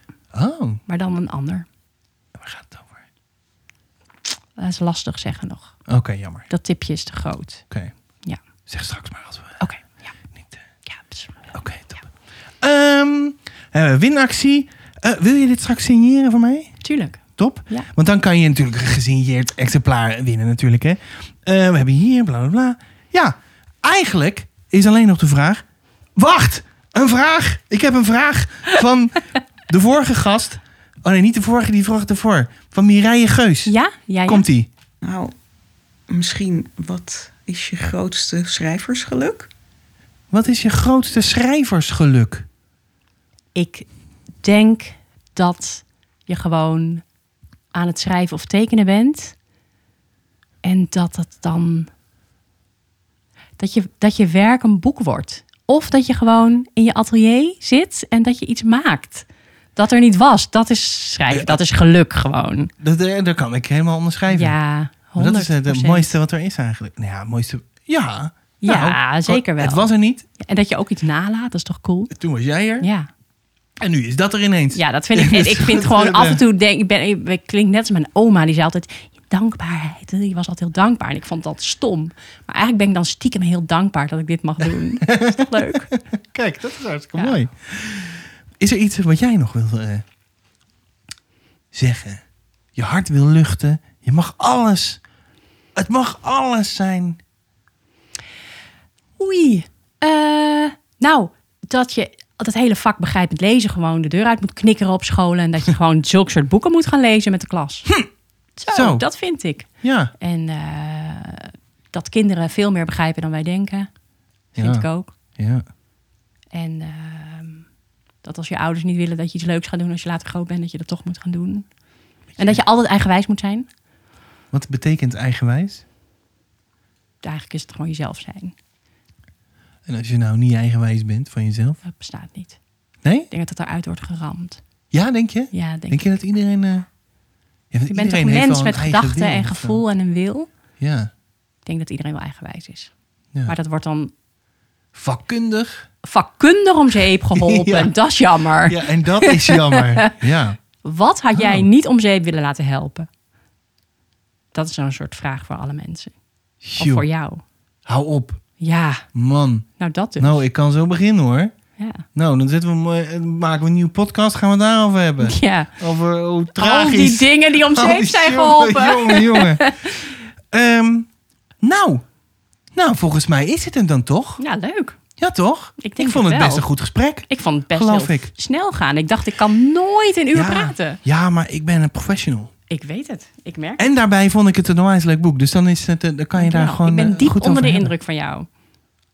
A: Oh,
B: Maar dan een ander.
A: waar gaat het over?
B: Dat is lastig zeggen nog.
A: Oké, jammer.
B: Dat tipje is te groot.
A: Oké.
B: Ja. Oh.
A: Zeg straks maar als we
B: Oké. Ja.
A: niet... eh,
B: Ja, dat is-
A: Oké, top. Ehm, eh, winactie. Eh, wil je dit straks signeren voor mij?
B: tuurlijk.
A: Top.
B: Ja.
A: Want dan kan je natuurlijk een gesigneerd exemplaar winnen natuurlijk. Hè? Eh, we hebben hier, bla bla bla. Ja, eigenlijk is alleen nog de vraag... Wacht! Een vraag! Ik heb een vraag van de vorige gast. Oh nee, niet de vorige, die vroeg ervoor. Van Mireille Geus.
B: Ja? ja, ja.
A: Komt-ie.
D: Nou, misschien wat is je grootste schrijversgeluk?
A: Wat is je grootste schrijversgeluk?
B: Ik denk dat je gewoon aan het schrijven of tekenen bent. En dat dat dan... Dat je, dat je werk een boek wordt. Of dat je gewoon in je atelier zit en dat je iets maakt. Dat er niet was. Dat is schrijven. Dat is geluk gewoon.
A: Dat, eh, dat kan ik helemaal onderschrijven.
B: Ja, 100%.
A: Maar dat is eh, het mooiste wat er is eigenlijk. Nou ja, het mooiste... Ja.
B: Ja,
A: Nou,
B: zeker wel.
A: Het was er niet.
B: En dat je ook iets nalaat, dat is toch cool?
A: Toen was jij er.
B: Ja.
A: En nu is dat er ineens. eh,
B: Ja, dat vind ik. En ik vind gewoon af en toe denk ik ben ik, ik klink net als mijn oma die zei altijd dankbaarheid. Die was altijd heel dankbaar en ik vond dat stom. Maar eigenlijk ben ik dan stiekem heel dankbaar dat ik dit mag doen. Dat is toch leuk?
A: Kijk, dat is hartstikke
B: Ja.
A: mooi. Is er iets wat jij nog wil eh, zeggen? Je hart wil luchten. Je mag alles. Het mag alles zijn.
B: Oei. Ehm, Nou, dat je dat hele vak begrijpend lezen gewoon de deur uit moet knikkeren op scholen. En dat je gewoon zulke soort boeken moet gaan lezen met de klas. Zo,
A: Hm. Zo.
B: dat vind ik.
A: Ja.
B: En eh, dat kinderen veel meer begrijpen dan wij denken. Vind
A: Ja.
B: ik ook.
A: ja.
B: En ehm, dat als je ouders niet willen dat je iets leuks gaat doen als je later groot bent, dat je dat toch moet gaan doen. En dat je altijd eigenwijs moet zijn.
A: Wat betekent eigenwijs?
B: Eigenlijk is het gewoon jezelf zijn.
A: En als je nou niet eigenwijs bent van jezelf?
B: Dat bestaat niet.
A: Nee?
B: Ik denk dat dat daaruit wordt geramd.
A: Ja, denk je?
B: Ja, denk,
A: Denk je dat iedereen... eh, ja,
B: Je bent toch een
A: iedereen heeft wel
B: mens
A: een
B: met
A: eigen
B: gedachten
A: wil
B: en
A: of zo.
B: gevoel en een wil.
A: Ja.
B: Ik denk dat iedereen wel eigenwijs is.
A: ja.
B: Maar dat wordt dan
A: Vakkundig.
B: vakkundig om zeep geholpen.
A: Ja.
B: Dat is jammer.
A: Ja, en dat is jammer. ja.
B: Wat had jij
A: Oh.
B: niet om zeep willen laten helpen? Dat is zo'n soort vraag voor alle mensen. Of
A: Sjoe.
B: voor jou.
A: Hou op.
B: Ja,
A: Man.
B: nou dat dus.
A: Nou, ik kan zo beginnen hoor.
B: ja.
A: Nou, dan zetten we, hem, eh, maken we een nieuwe podcast. Gaan we het daarover hebben.
B: ja.
A: Over hoe
B: Al
A: tragisch...
B: die dingen die om
A: Oh,
B: zeep zijn
A: jongen,
B: geholpen.
A: Jongen, jongen. Ehm, nou. Nou, volgens mij is het hem dan toch?
B: Ja, leuk.
A: Ja, toch?
B: Ik denk
A: vond
B: het
A: het
B: wel.
A: best een goed gesprek.
B: Ik vond het best
A: Geloof
B: heel
A: ik.
B: snel gaan. Ik dacht, ik kan nooit een uur
A: ja,
B: praten.
A: Ja, maar ik ben een professional.
B: Ik weet het. Ik merk
A: En daarbij vond ik het een onwijs leuk boek. Dus dan, is het, eh, dan kan je daar
B: Nou,
A: gewoon
B: ik ben
A: eh,
B: diep
A: goed
B: onder de
A: over
B: indruk van jou.
A: hebben.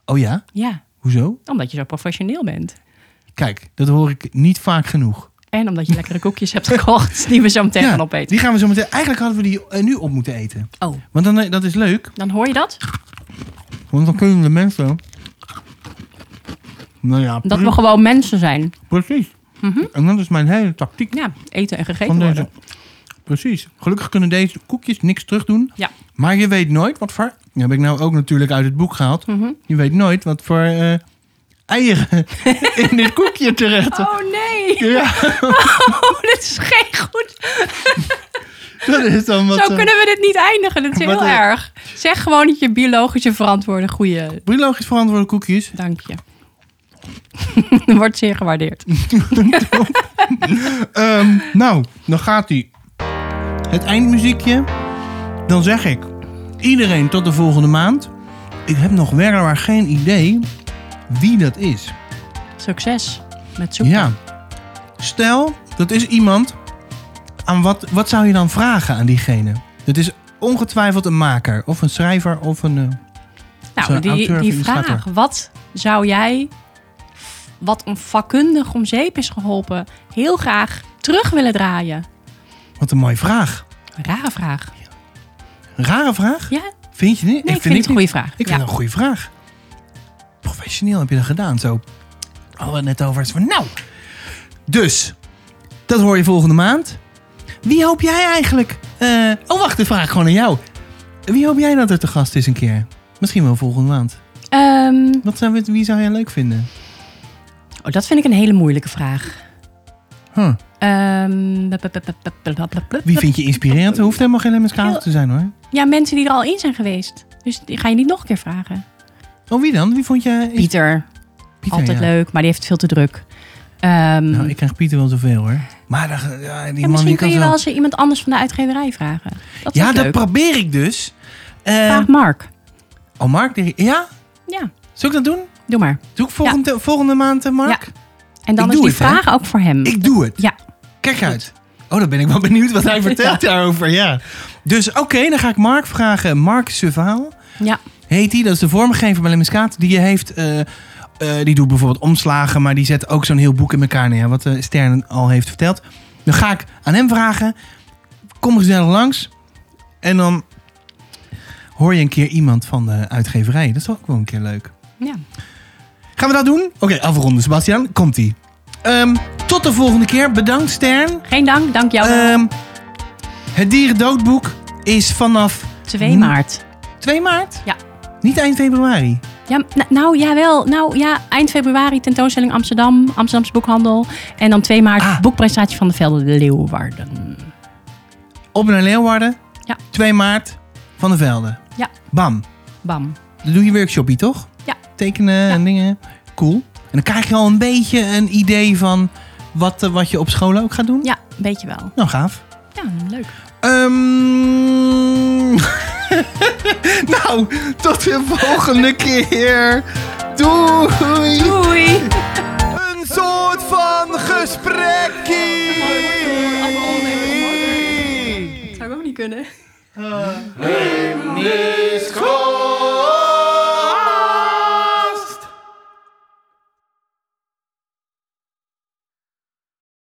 A: Oh ja?
B: Ja,
A: Hoezo?
B: omdat je zo professioneel bent.
A: Kijk, dat hoor ik niet vaak genoeg.
B: En omdat je lekkere koekjes hebt gekocht die we zo meteen
A: Ja,
B: gaan opeten.
A: Die gaan we zo meteen... Eigenlijk hadden we die eh, nu op moeten eten.
B: Oh,
A: Want dan, eh, dat is leuk.
B: dan hoor je dat?
A: Want dan kunnen de mensen... Nou ja,
B: Dat Mhm.
A: pre-
B: we gewoon mensen zijn.
A: precies. En dat is mijn hele tactiek.
B: Ja, eten en gegeten
A: van
B: worden.
A: deze. Precies. Gelukkig kunnen deze koekjes niks terugdoen.
B: Ja.
A: Maar je weet nooit wat voor. Die heb ik nou ook natuurlijk uit het boek gehaald.
B: Mhm.
A: Je weet nooit wat voor eh, eieren in dit koekje terecht.
B: Oh nee,
A: Ja,
B: oh, dit is geen goed.
A: dat is dan wat.
B: Zo
A: eh,
B: kunnen we dit niet eindigen. Dit is
A: Wat,
B: heel
A: eh,
B: erg. Zeg gewoon dat je biologische verantwoorde goede
A: Biologisch verantwoorde koekjes.
B: dankje. Wordt zeer gewaardeerd.
A: Ehm, nou, dan gaat hij. Het eindmuziekje. Dan zeg ik iedereen tot de volgende maand. Ik heb nog werkelijk geen idee wie dat is.
B: Succes met zoeken.
A: Ja. Stel, dat is iemand. Aan wat, wat zou je dan vragen aan diegene? Dat is ongetwijfeld een maker of een schrijver of een. eh,
B: nou,
A: zo'n
B: die,
A: auteur
B: die
A: of illustrator.
B: vraag, wat zou jij, wat een vakkundig om zeep is geholpen, heel graag terug willen draaien?
A: wat een mooie vraag.
B: Rare vraag.
A: Een rare vraag.
B: Ja, nee,
A: Vind je niet?
B: ik, vind het een
A: niet.
B: goede vraag.
A: Ik vind
B: ja.
A: het een goede vraag. Professioneel heb je dat gedaan zo. Hadden we het net over. Het is van, nou, dus. Dat hoor je volgende maand. Wie hoop jij eigenlijk? eh, oh, wacht, dit vraag ik gewoon aan jou. Wie hoop jij dat er te gast is een keer? Misschien wel volgende maand.
B: Ehm,
A: Wat zou, wie zou jij leuk vinden?
B: oh, dat vind ik een hele moeilijke vraag.
A: Huh.
B: Ehm, blup, blup, blup, blup, blup, blup, blup.
A: Wie vind je inspirerend? Er hoeft helemaal geen MSK te zijn hoor.
B: Ja, mensen die er al in zijn geweest. Dus die ga je niet nog een keer vragen.
A: Oh, wie dan? Wie vond jij?
B: Pieter,
A: Pieter,
B: altijd
A: ja.
B: leuk, maar die heeft het veel te druk. Ehm,
A: Nou, ik krijg Pieter wel zoveel hoor. Maar daar- ja, die
B: ja,
A: man die kan
B: misschien kun je
A: zo-
B: wel eens iemand anders van de uitgeverij vragen. Dat
A: Ja,
B: vind
A: dat
B: ik leuk.
A: probeer ik dus. Eh,
B: Vraag Mark.
A: oh, Mark, die- ja?
B: Ja,
A: Zal ik dat doen?
B: doe maar.
A: Doe ik volgende, volgende maand, eh, Mark?
B: En dan
A: Ik
B: is
A: doe
B: die
A: het, hè?
B: vraag ook voor hem.
A: Ik doe het.
B: Ja,
A: Kijk uit. Oh, dan ben ik wel benieuwd wat hij vertelt daarover. Ja. Dus oké, dan ga ik Mark vragen. Mark Suvaal.
B: ja.
A: heet die. Dat is de vormgever bij Lemmiskaat. Die heeft, eh, eh, die doet bijvoorbeeld omslagen, maar die zet ook zo'n heel boek in elkaar neer. Wat eh Stern al heeft verteld. Dan ga ik aan hem vragen. Kom gezellig langs. En dan hoor je een keer iemand van de uitgeverij. Dat is toch ook wel een keer leuk.
B: ja.
A: Gaan we dat doen? Oké, afronden, Sebastian. Komt-ie. Ehm, tot de volgende keer. Bedankt, Stern.
B: Geen dank, dank jou. wel.
A: Ehm, het dierendoodboek is vanaf
B: 2
A: m-
B: maart.
A: 2 maart?
B: Ja.
A: Niet eind februari.
B: Ja, n- nou, jawel. Nou ja, eind februari tentoonstelling Amsterdam, Amsterdamse boekhandel. En dan 2 maart
A: Ah.
B: boekpresentatie van de Velde Leeuwarden.
A: Op naar Leeuwarden.
B: Ja.
A: 2 maart van de Velden.
B: Ja.
A: Bam.
B: Bam.
A: Dan doe je workshopje, toch?
B: Ja.
A: Tekenen en dingen. Cool. En dan krijg je al een beetje een idee van wat, eh, wat je op school ook gaat doen.
B: Ja, weet je wel.
A: Nou, gaaf.
B: Ja, leuk.
A: Ehm, nou, tot de volgende keer. Doei!
B: Doei!
A: Een soort van gesprekkie!
B: Zou ik ook niet kunnen.
A: Is goed!